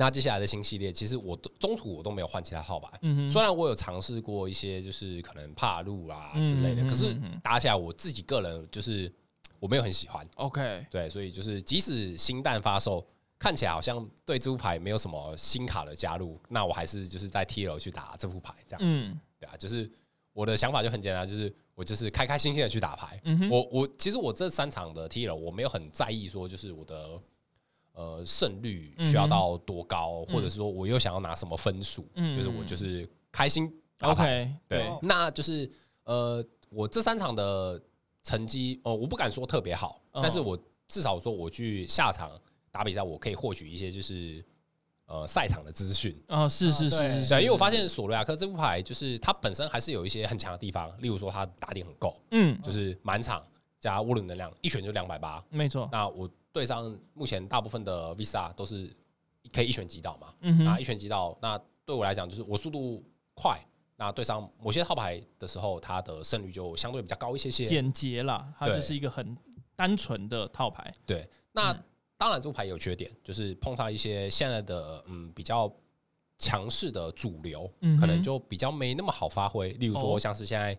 S2: 那接下来的新系列，其实我都中途我都没有换其他号牌，
S1: 嗯哼
S2: 虽然我有尝试过一些就是可能帕路啊之类的，
S1: 嗯嗯嗯
S2: 可是
S1: 嗯嗯
S2: 打起来我自己个人就是我没有很喜欢，
S1: OK，
S2: 对，所以就是即使新蛋发售，看起来好像对这副牌没有什么新卡的加入，那我还是就是在 T L 去打这副牌这样子，
S1: 嗯
S2: 对啊，就是我的想法就很简单，就是我就是开开心心的去打牌。
S1: 嗯哼
S2: 我我其实我这三场的 T L 我没有很在意说就是我的呃胜率需要到多高，或者是说我又想要拿什么分数，
S1: 嗯
S2: 就是我就是开心打牌。
S1: ，OK，
S2: 对，
S3: 哦
S2: 那就是呃，我这三场的成绩，呃，我不敢说特别好，
S1: 嗯
S2: 但是我至少说我去下场打比赛，我可以获取一些就是呃赛场的资讯。
S1: 啊、是是是
S3: 啊对
S1: 是是，
S2: 对，因为我发现索罗亚克这副牌就是它本身还是有一些很强的地方，例如说它打点很够，
S1: 嗯，
S2: 就是满场加涡轮能量一拳就两百八。
S1: 没错，
S2: 那我对上目前大部分的 Visa 都是可以一拳击倒嘛，
S1: 嗯
S2: 啊，
S1: 哼，
S2: 一拳击到，那对我来讲就是我速度快，那对上某些套牌的时候，它的胜率就相对比较高一些些。
S1: 简洁啦，它
S2: 对
S1: 就是一个很单纯的套牌。
S2: 对，那、
S1: 嗯
S2: 当然这副牌有缺点，就是碰上一些现在的嗯比较强势的主流，
S1: 嗯哼
S2: 可能就比较没那么好发挥。例如
S1: 哦
S2: 说像是现在。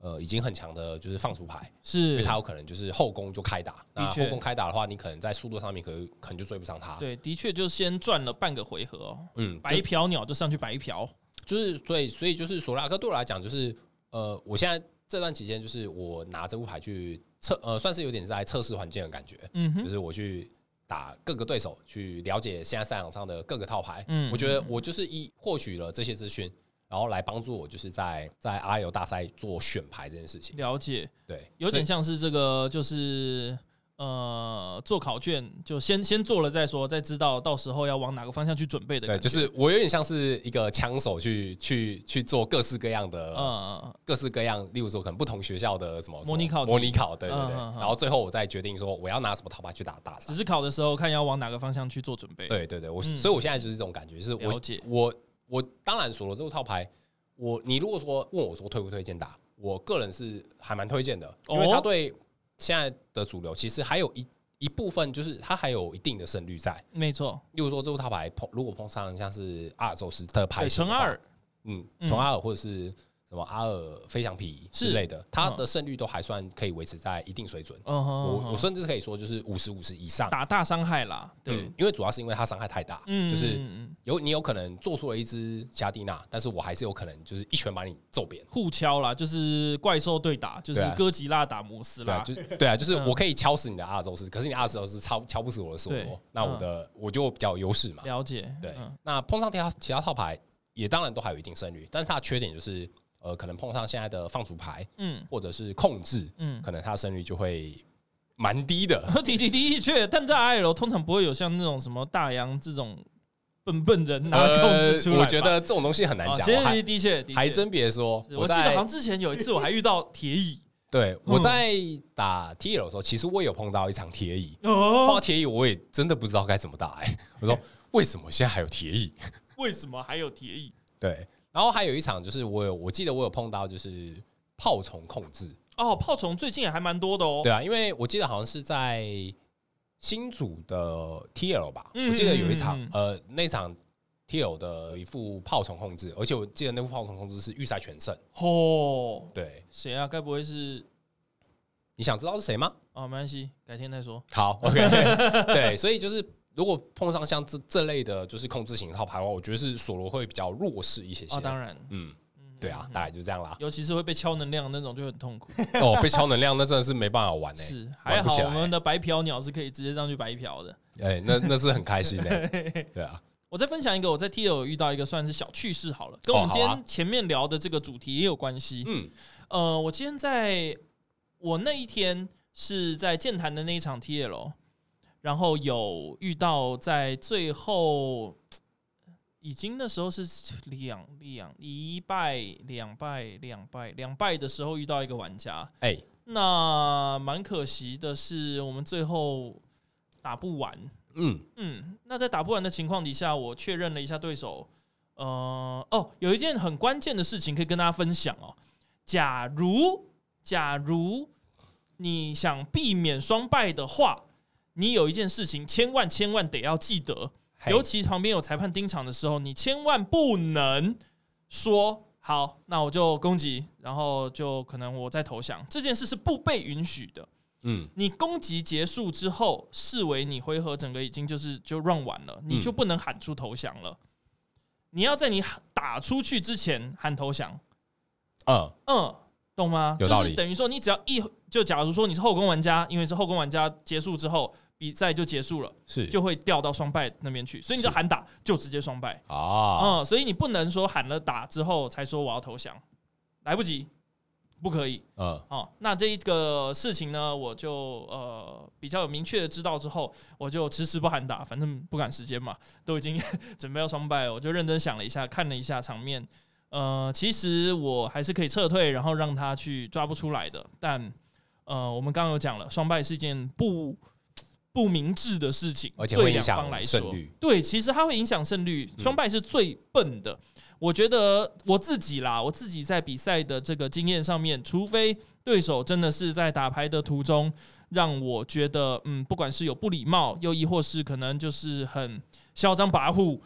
S2: 呃，已经很强的，就是放出牌，因
S1: 是
S2: 为它有可能就是后攻就开打。那
S1: 确
S2: 后攻开打的话，你可能在速度上面可能可能就追不上它。，
S1: 对，的确就先赚了半个回合哦，
S2: 嗯，
S1: 白嫖鸟就上去白嫖。
S2: 就是所以所以就是索拉克对我来讲就是呃，我现在这段期间就是我拿这副牌去测呃，算是有点是在测试环境的感觉，
S1: 嗯
S2: 就
S1: 哼，
S2: 是我去打各个对手，去了解现在赛场上的各个套牌。
S1: 嗯
S2: 我觉得我就是一获取了这些资讯，然后来帮助我就是在在 R 游大赛做选牌这件事情。
S1: 了解，
S2: 对，
S1: 有点
S2: 所
S1: 像是这个就是。呃，做考卷就先先做了再说，再知道到时候要往哪个方向去准备
S2: 以
S1: 的
S2: 对，
S1: 感
S2: 就
S1: 觉。
S2: 是我有点像是一个枪手去去去做各式各样的
S1: 嗯，
S2: 各式各样，例如说可能不同学校的什么
S1: 模拟考
S2: 什么模拟考，对对对。
S1: 嗯嗯嗯
S2: 然后最后我再决定说我要拿什么套牌去打大
S1: 只
S2: 赛。
S1: 是考的时候看要往哪个方向去做准备。，
S2: 对对对，我、
S1: 嗯
S2: 所以我现在就是这种感觉，就是
S1: 了解
S2: 我我我当然索罗这副套牌，我你如果说问我说推不推荐打，我个人是还蛮推荐的，
S1: 哦
S2: 因为它对现在的主流其实还有一一部分，就是它还有一定的胜率在。
S1: 没错，
S2: 例如说，这副塔牌碰如果碰上像是阿尔宙斯的牌
S1: 对，
S2: 型
S1: 纯
S2: 的话
S1: 阿尔，
S2: 嗯，
S1: 嗯
S2: 从阿尔或者是什么阿尔飞翔皮之类的，它
S1: 嗯
S2: 的胜率都还算可以维持在一定水准。
S1: 嗯哼，嗯
S2: 我
S1: 哼
S2: 我甚至可以说就是五十五十以上，
S1: 打大伤害啦，对
S2: 嗯，，因为主要是因为它伤害太大，
S1: 嗯，
S2: 就是
S1: 嗯嗯
S2: 有你有可能做出了一只加蒂娜，但是我还是有可能就是一拳把你揍扁。
S1: 互敲啦，就是怪兽对打，就是
S2: 对啊
S1: 哥吉拉打摩斯
S2: 对啊，
S1: 拉，
S2: 就对啊，就是
S1: 嗯
S2: 我可以敲死你的阿尔宙斯，可是你的阿尔宙斯敲敲不死我的索
S1: 对嗯
S2: 罗，那我的我就比较有优势嘛。
S1: 了解，
S2: 对
S1: 嗯，
S2: 那碰上其他其他套牌也当然都还有一定胜率，但是它的缺点就是呃，可能碰上现在的放逐牌
S1: 嗯
S2: 或者是控制，
S1: 嗯。
S2: 可能它的胜率就会蛮低的。
S1: 的的的确，但在 I L 通常不会有像那种什么大洋这种笨笨人 拿控制出来吧、
S2: 呃我觉得这种东西很难
S1: 啊，
S2: 讲，
S1: 其
S2: 我还
S1: 实的确的确
S2: 还真别说，
S1: 是我嗯
S2: 我
S1: 记得好
S2: 在
S1: 像之前有一次我还遇到铁椅
S2: 对我在打 T L 的时候，其实我有碰到一场铁椅，碰到
S1: 哦，
S2: 铁椅我也真的不知道该怎么打。 哎，我说为什么现在还有铁椅？
S1: 为什么还有铁椅？
S2: 对，然后还有一场就是我有，我记得我有碰到就是炮虫控制，
S1: 哦，炮虫最近也还蛮多的哦。
S2: 对啊，因为我记得好像是在新组的 TL 吧，
S1: 嗯
S2: 我记得有一场
S1: 嗯
S2: 呃那场 TL 的一副炮虫控制，而且我记得那副炮虫控制是预赛全胜。
S1: 哦，
S2: 对，
S1: 谁啊？该不会是
S2: 你想知道是谁吗？
S1: 啊？没关系，改天再说。
S2: 好，OK，对，所以就是。如果碰上像这这类的，就是控制型套牌的话，我觉得是索罗会比较弱势一些些。
S1: 啊，当，然，
S2: 嗯，
S1: 嗯。
S2: 对啊，大概就这样啦
S1: 尤其是会被敲能量那种就很痛苦。
S2: 哦，被超能量那真的是没办法玩欸呢、
S1: 是，还
S2: 玩不
S1: 好
S2: 起来
S1: 我们的白嫖鸟是可以直接上去白嫖的。
S2: 哎、那那是很开心的、 对啊，
S1: 我再分享一个，我在 T L 遇到一个算是小趣事好了，跟我们
S2: 哦
S1: 今
S2: 好啊
S1: 天前面聊的这个主题也有关系。
S2: 嗯，
S1: 呃，我今天在我那一天是在健谈的那一场 TL，然后有遇到在最后，已经那时候是两两一败两败两败两败的时候遇到一个玩家，
S2: 哎、
S1: 那蛮可惜的是我们最后打不完，
S2: 嗯，
S1: 嗯，那在打不完的情况底下，我确认了一下对手。呃，哦，有一件很关键的事情可以跟大家分享哦。假如，假如你想避免双败的话，你有一件事情千万千万得要记得，
S2: 嘿
S1: 尤其旁边有裁判盯场的时候，你千万不能说“好，那我就攻击”，然后就可能我再投降，这件事是不被允许的。
S2: 嗯，
S1: 你攻击结束之后，视为你回合整个已经就是就 run 完了，
S2: 嗯
S1: 你就不能喊出投降了。你要在你喊打出去之前喊投降，
S2: 嗯，
S1: 嗯，懂吗？
S2: 有
S1: 就
S2: 道
S1: 是
S2: 理
S1: 等于说，你只要一就假如说你是后宫玩家，因为是后宫玩家结束之后比赛就结束了，
S2: 是
S1: 就会掉到双败那边去，所以你只要喊打就直接双败，
S2: 啊，
S1: 嗯，所以你不能说喊了打之后才说我要投降，来不及，不可以。
S2: 嗯，
S1: 哦，那这一个事情呢，我就呃比较有明确的知道之后，我就迟迟不喊打，反正不赶时间嘛，都已经 准备要双败了，我就认真想了一下，看了一下场面，呃，其实我还是可以撤退，然后让他去抓不出来的，但呃，我们刚刚有讲了，双败是一件不不明智的事情，
S2: 而且
S1: 对
S2: 会影
S1: 两方
S2: 响
S1: 来说
S2: 胜，率。
S1: 对，其实它会影响胜率，
S2: 嗯
S1: 双败是最笨的。我觉得我自己啦，我自己在比赛的这个经验上面，除非对手真的是在打牌的途中让我觉得，嗯，不管是有不礼貌，又亦或是可能就是很嚣张跋扈，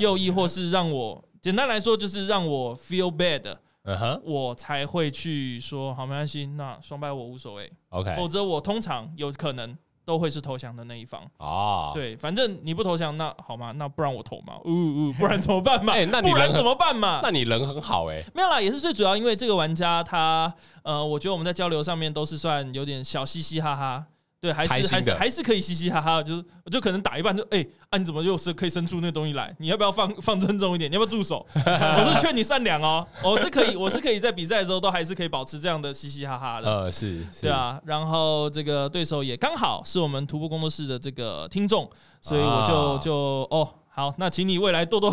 S1: 又亦或是让我简单来说就是让我 feel bad，
S2: 嗯哼
S1: 我才会去说好没关系，那双败我无所谓，
S2: ，OK，
S1: 否则我通常有可能都会是投降的那一方。
S2: 啊，，
S1: 对，反正你不投降，那好嘛，那不然我投嘛，呜、呜， 不然怎么办嘛？
S2: 哎那你
S1: 不然
S2: 人
S1: 怎么办嘛？
S2: 那你人很好哎，
S1: 没有啦，也是最主要，因为这个玩家他，呃，我觉得我们在交流上面都是算有点小嘻嘻哈哈，对，还
S2: 开
S1: 是
S2: 心的
S1: 还是还是可以嘻嘻哈哈，就是就可能打一半就，哎、啊，你怎么又是可以伸出那东西来？你要不要放放尊重一点？你要不要住 手？我是劝你善良哦，我是可以，我是可以在比赛的时候都还是可以保持这样的嘻嘻哈哈的。
S2: 呃，是，是
S1: 对，啊，然后这个对手也刚好是我们徒步工作室的这个听众，所以我就、
S2: 啊
S1: 就哦，好，那请你未来多多，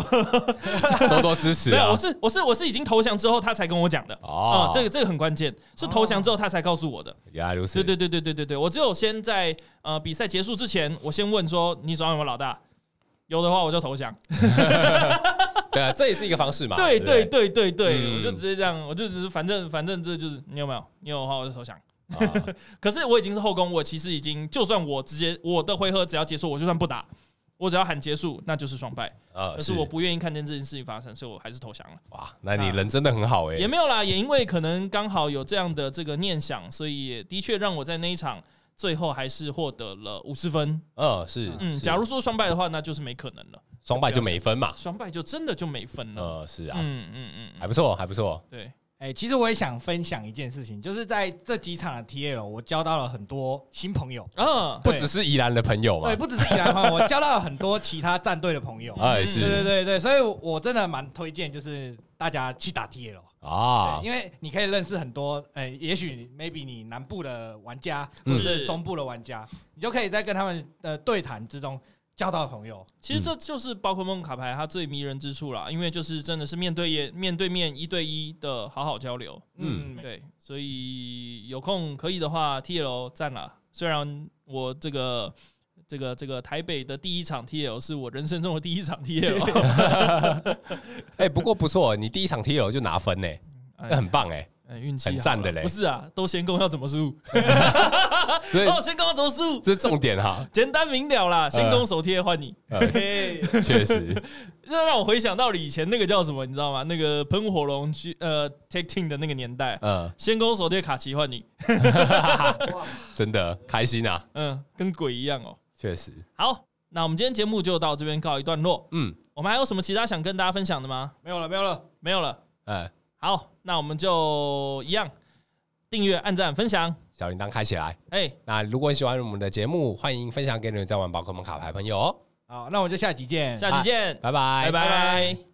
S2: 多多支持
S1: 没有，
S2: 啊
S1: 我，是我是我是已经投降之后他才跟我讲的，啊、
S2: 哦，
S1: 这个这个很关键，是投降之后他才告诉我的，
S2: 原来如
S1: 对
S2: 此，
S1: 对对对对对对，我只有先在呃比赛结束之前，我先问说你手上有没有老大，有的话我就投降，
S2: 对啊，这也是一个方式嘛。
S1: 对对
S2: 对不
S1: 对对对，
S2: 嗯
S1: 我就直接这样，我就只是反正反正这就是你有没有？你有的话我就投降。
S2: 对啊
S1: 可是我已经是后宫，我其实已经就算我直接我的回合只要结束，我就算不打，我只要喊结束，那就是双败。
S2: 呃，
S1: 可是我不愿意看见这件事情发生，所以我还是投降了。
S2: 哇，那你人真的很好哎、
S1: 也没有啦，也因为可能刚好有这样的这个念想，所以也的确让我在那一场最后还是获得了五十分。
S2: 嗯，是，
S1: 嗯，
S2: 是
S1: 假如说双败的话，那就是没可能了，
S2: 双败就没分嘛，
S1: 双败就真的就没分了。
S2: 呃，是啊，
S1: 嗯嗯嗯嗯，
S2: 还不错，还不错，
S1: 对，
S3: 哎、其实我也想分享一件事情，就是在这几场的 TL，我交到了很多新朋友，
S1: 啊，
S2: 不
S3: 对
S2: 只是宜兰的朋友嘛
S3: 对，，不只是宜兰朋友，我交到了很多其他战队的朋友。
S2: 哎
S1: 嗯
S3: 对对
S2: 是
S3: 对对，所以我真的蛮推荐，就是大家去打 TL，、
S2: 啊
S3: 对，，因为你可以认识很多，呃，也许 maybe 你南部的玩家或者
S1: 是
S3: 是中部的玩家，你就可以在跟他们的对谈之中交到朋友。
S1: 其
S2: 嗯
S1: 实这就是宝可梦卡牌它最迷人之处啦，因为就是真的是面对面面对面一对一的好好交流。
S2: 嗯
S3: 嗯，
S1: 对，所以有空可以的话，TL 赞啦。虽然我这个这个这个台北的第一场 TL 是我人生中的第一场 TL，
S2: 哎、不过不错，你第一场 T L 就拿分呢、欸那
S1: 哎
S2: 很棒哎、
S1: 哎运气
S2: 很
S1: 好
S2: 赞的
S1: 啦
S2: 嘞
S1: 不是啊，都先攻要怎么输？
S2: 所以
S1: 哦，先攻要怎么输？
S2: 这是重点哈、
S1: 简单明了
S2: 嗯
S1: 啦，先攻手贴换你。
S2: 呃
S3: 嘿
S2: 确实，
S1: 那让我回想到了以前那个叫什么，你知道吗？那个喷火龙去呃 Take Team 的那个年代，
S2: 嗯，
S1: 先攻手贴卡奇换你，
S2: 真的开心啊，
S1: 嗯，跟鬼一样哦。
S2: 确实，
S1: 好，那我们今天节目就到这边告一段落。
S2: 嗯，
S1: 我们还有什么其他想跟大家分享的吗？
S3: 没有了，没有了，
S1: 没有了。
S2: 哎、
S1: 好，那我们就一样订阅、按赞、分享。
S2: 小铃铛开起来。
S1: 哎、
S2: 那如果你喜欢我们的节目，欢迎分享给你们在玩宝可梦卡牌的朋友哦，
S3: 好，那我们就下集见，
S1: 下期见，
S2: 拜拜
S1: 拜拜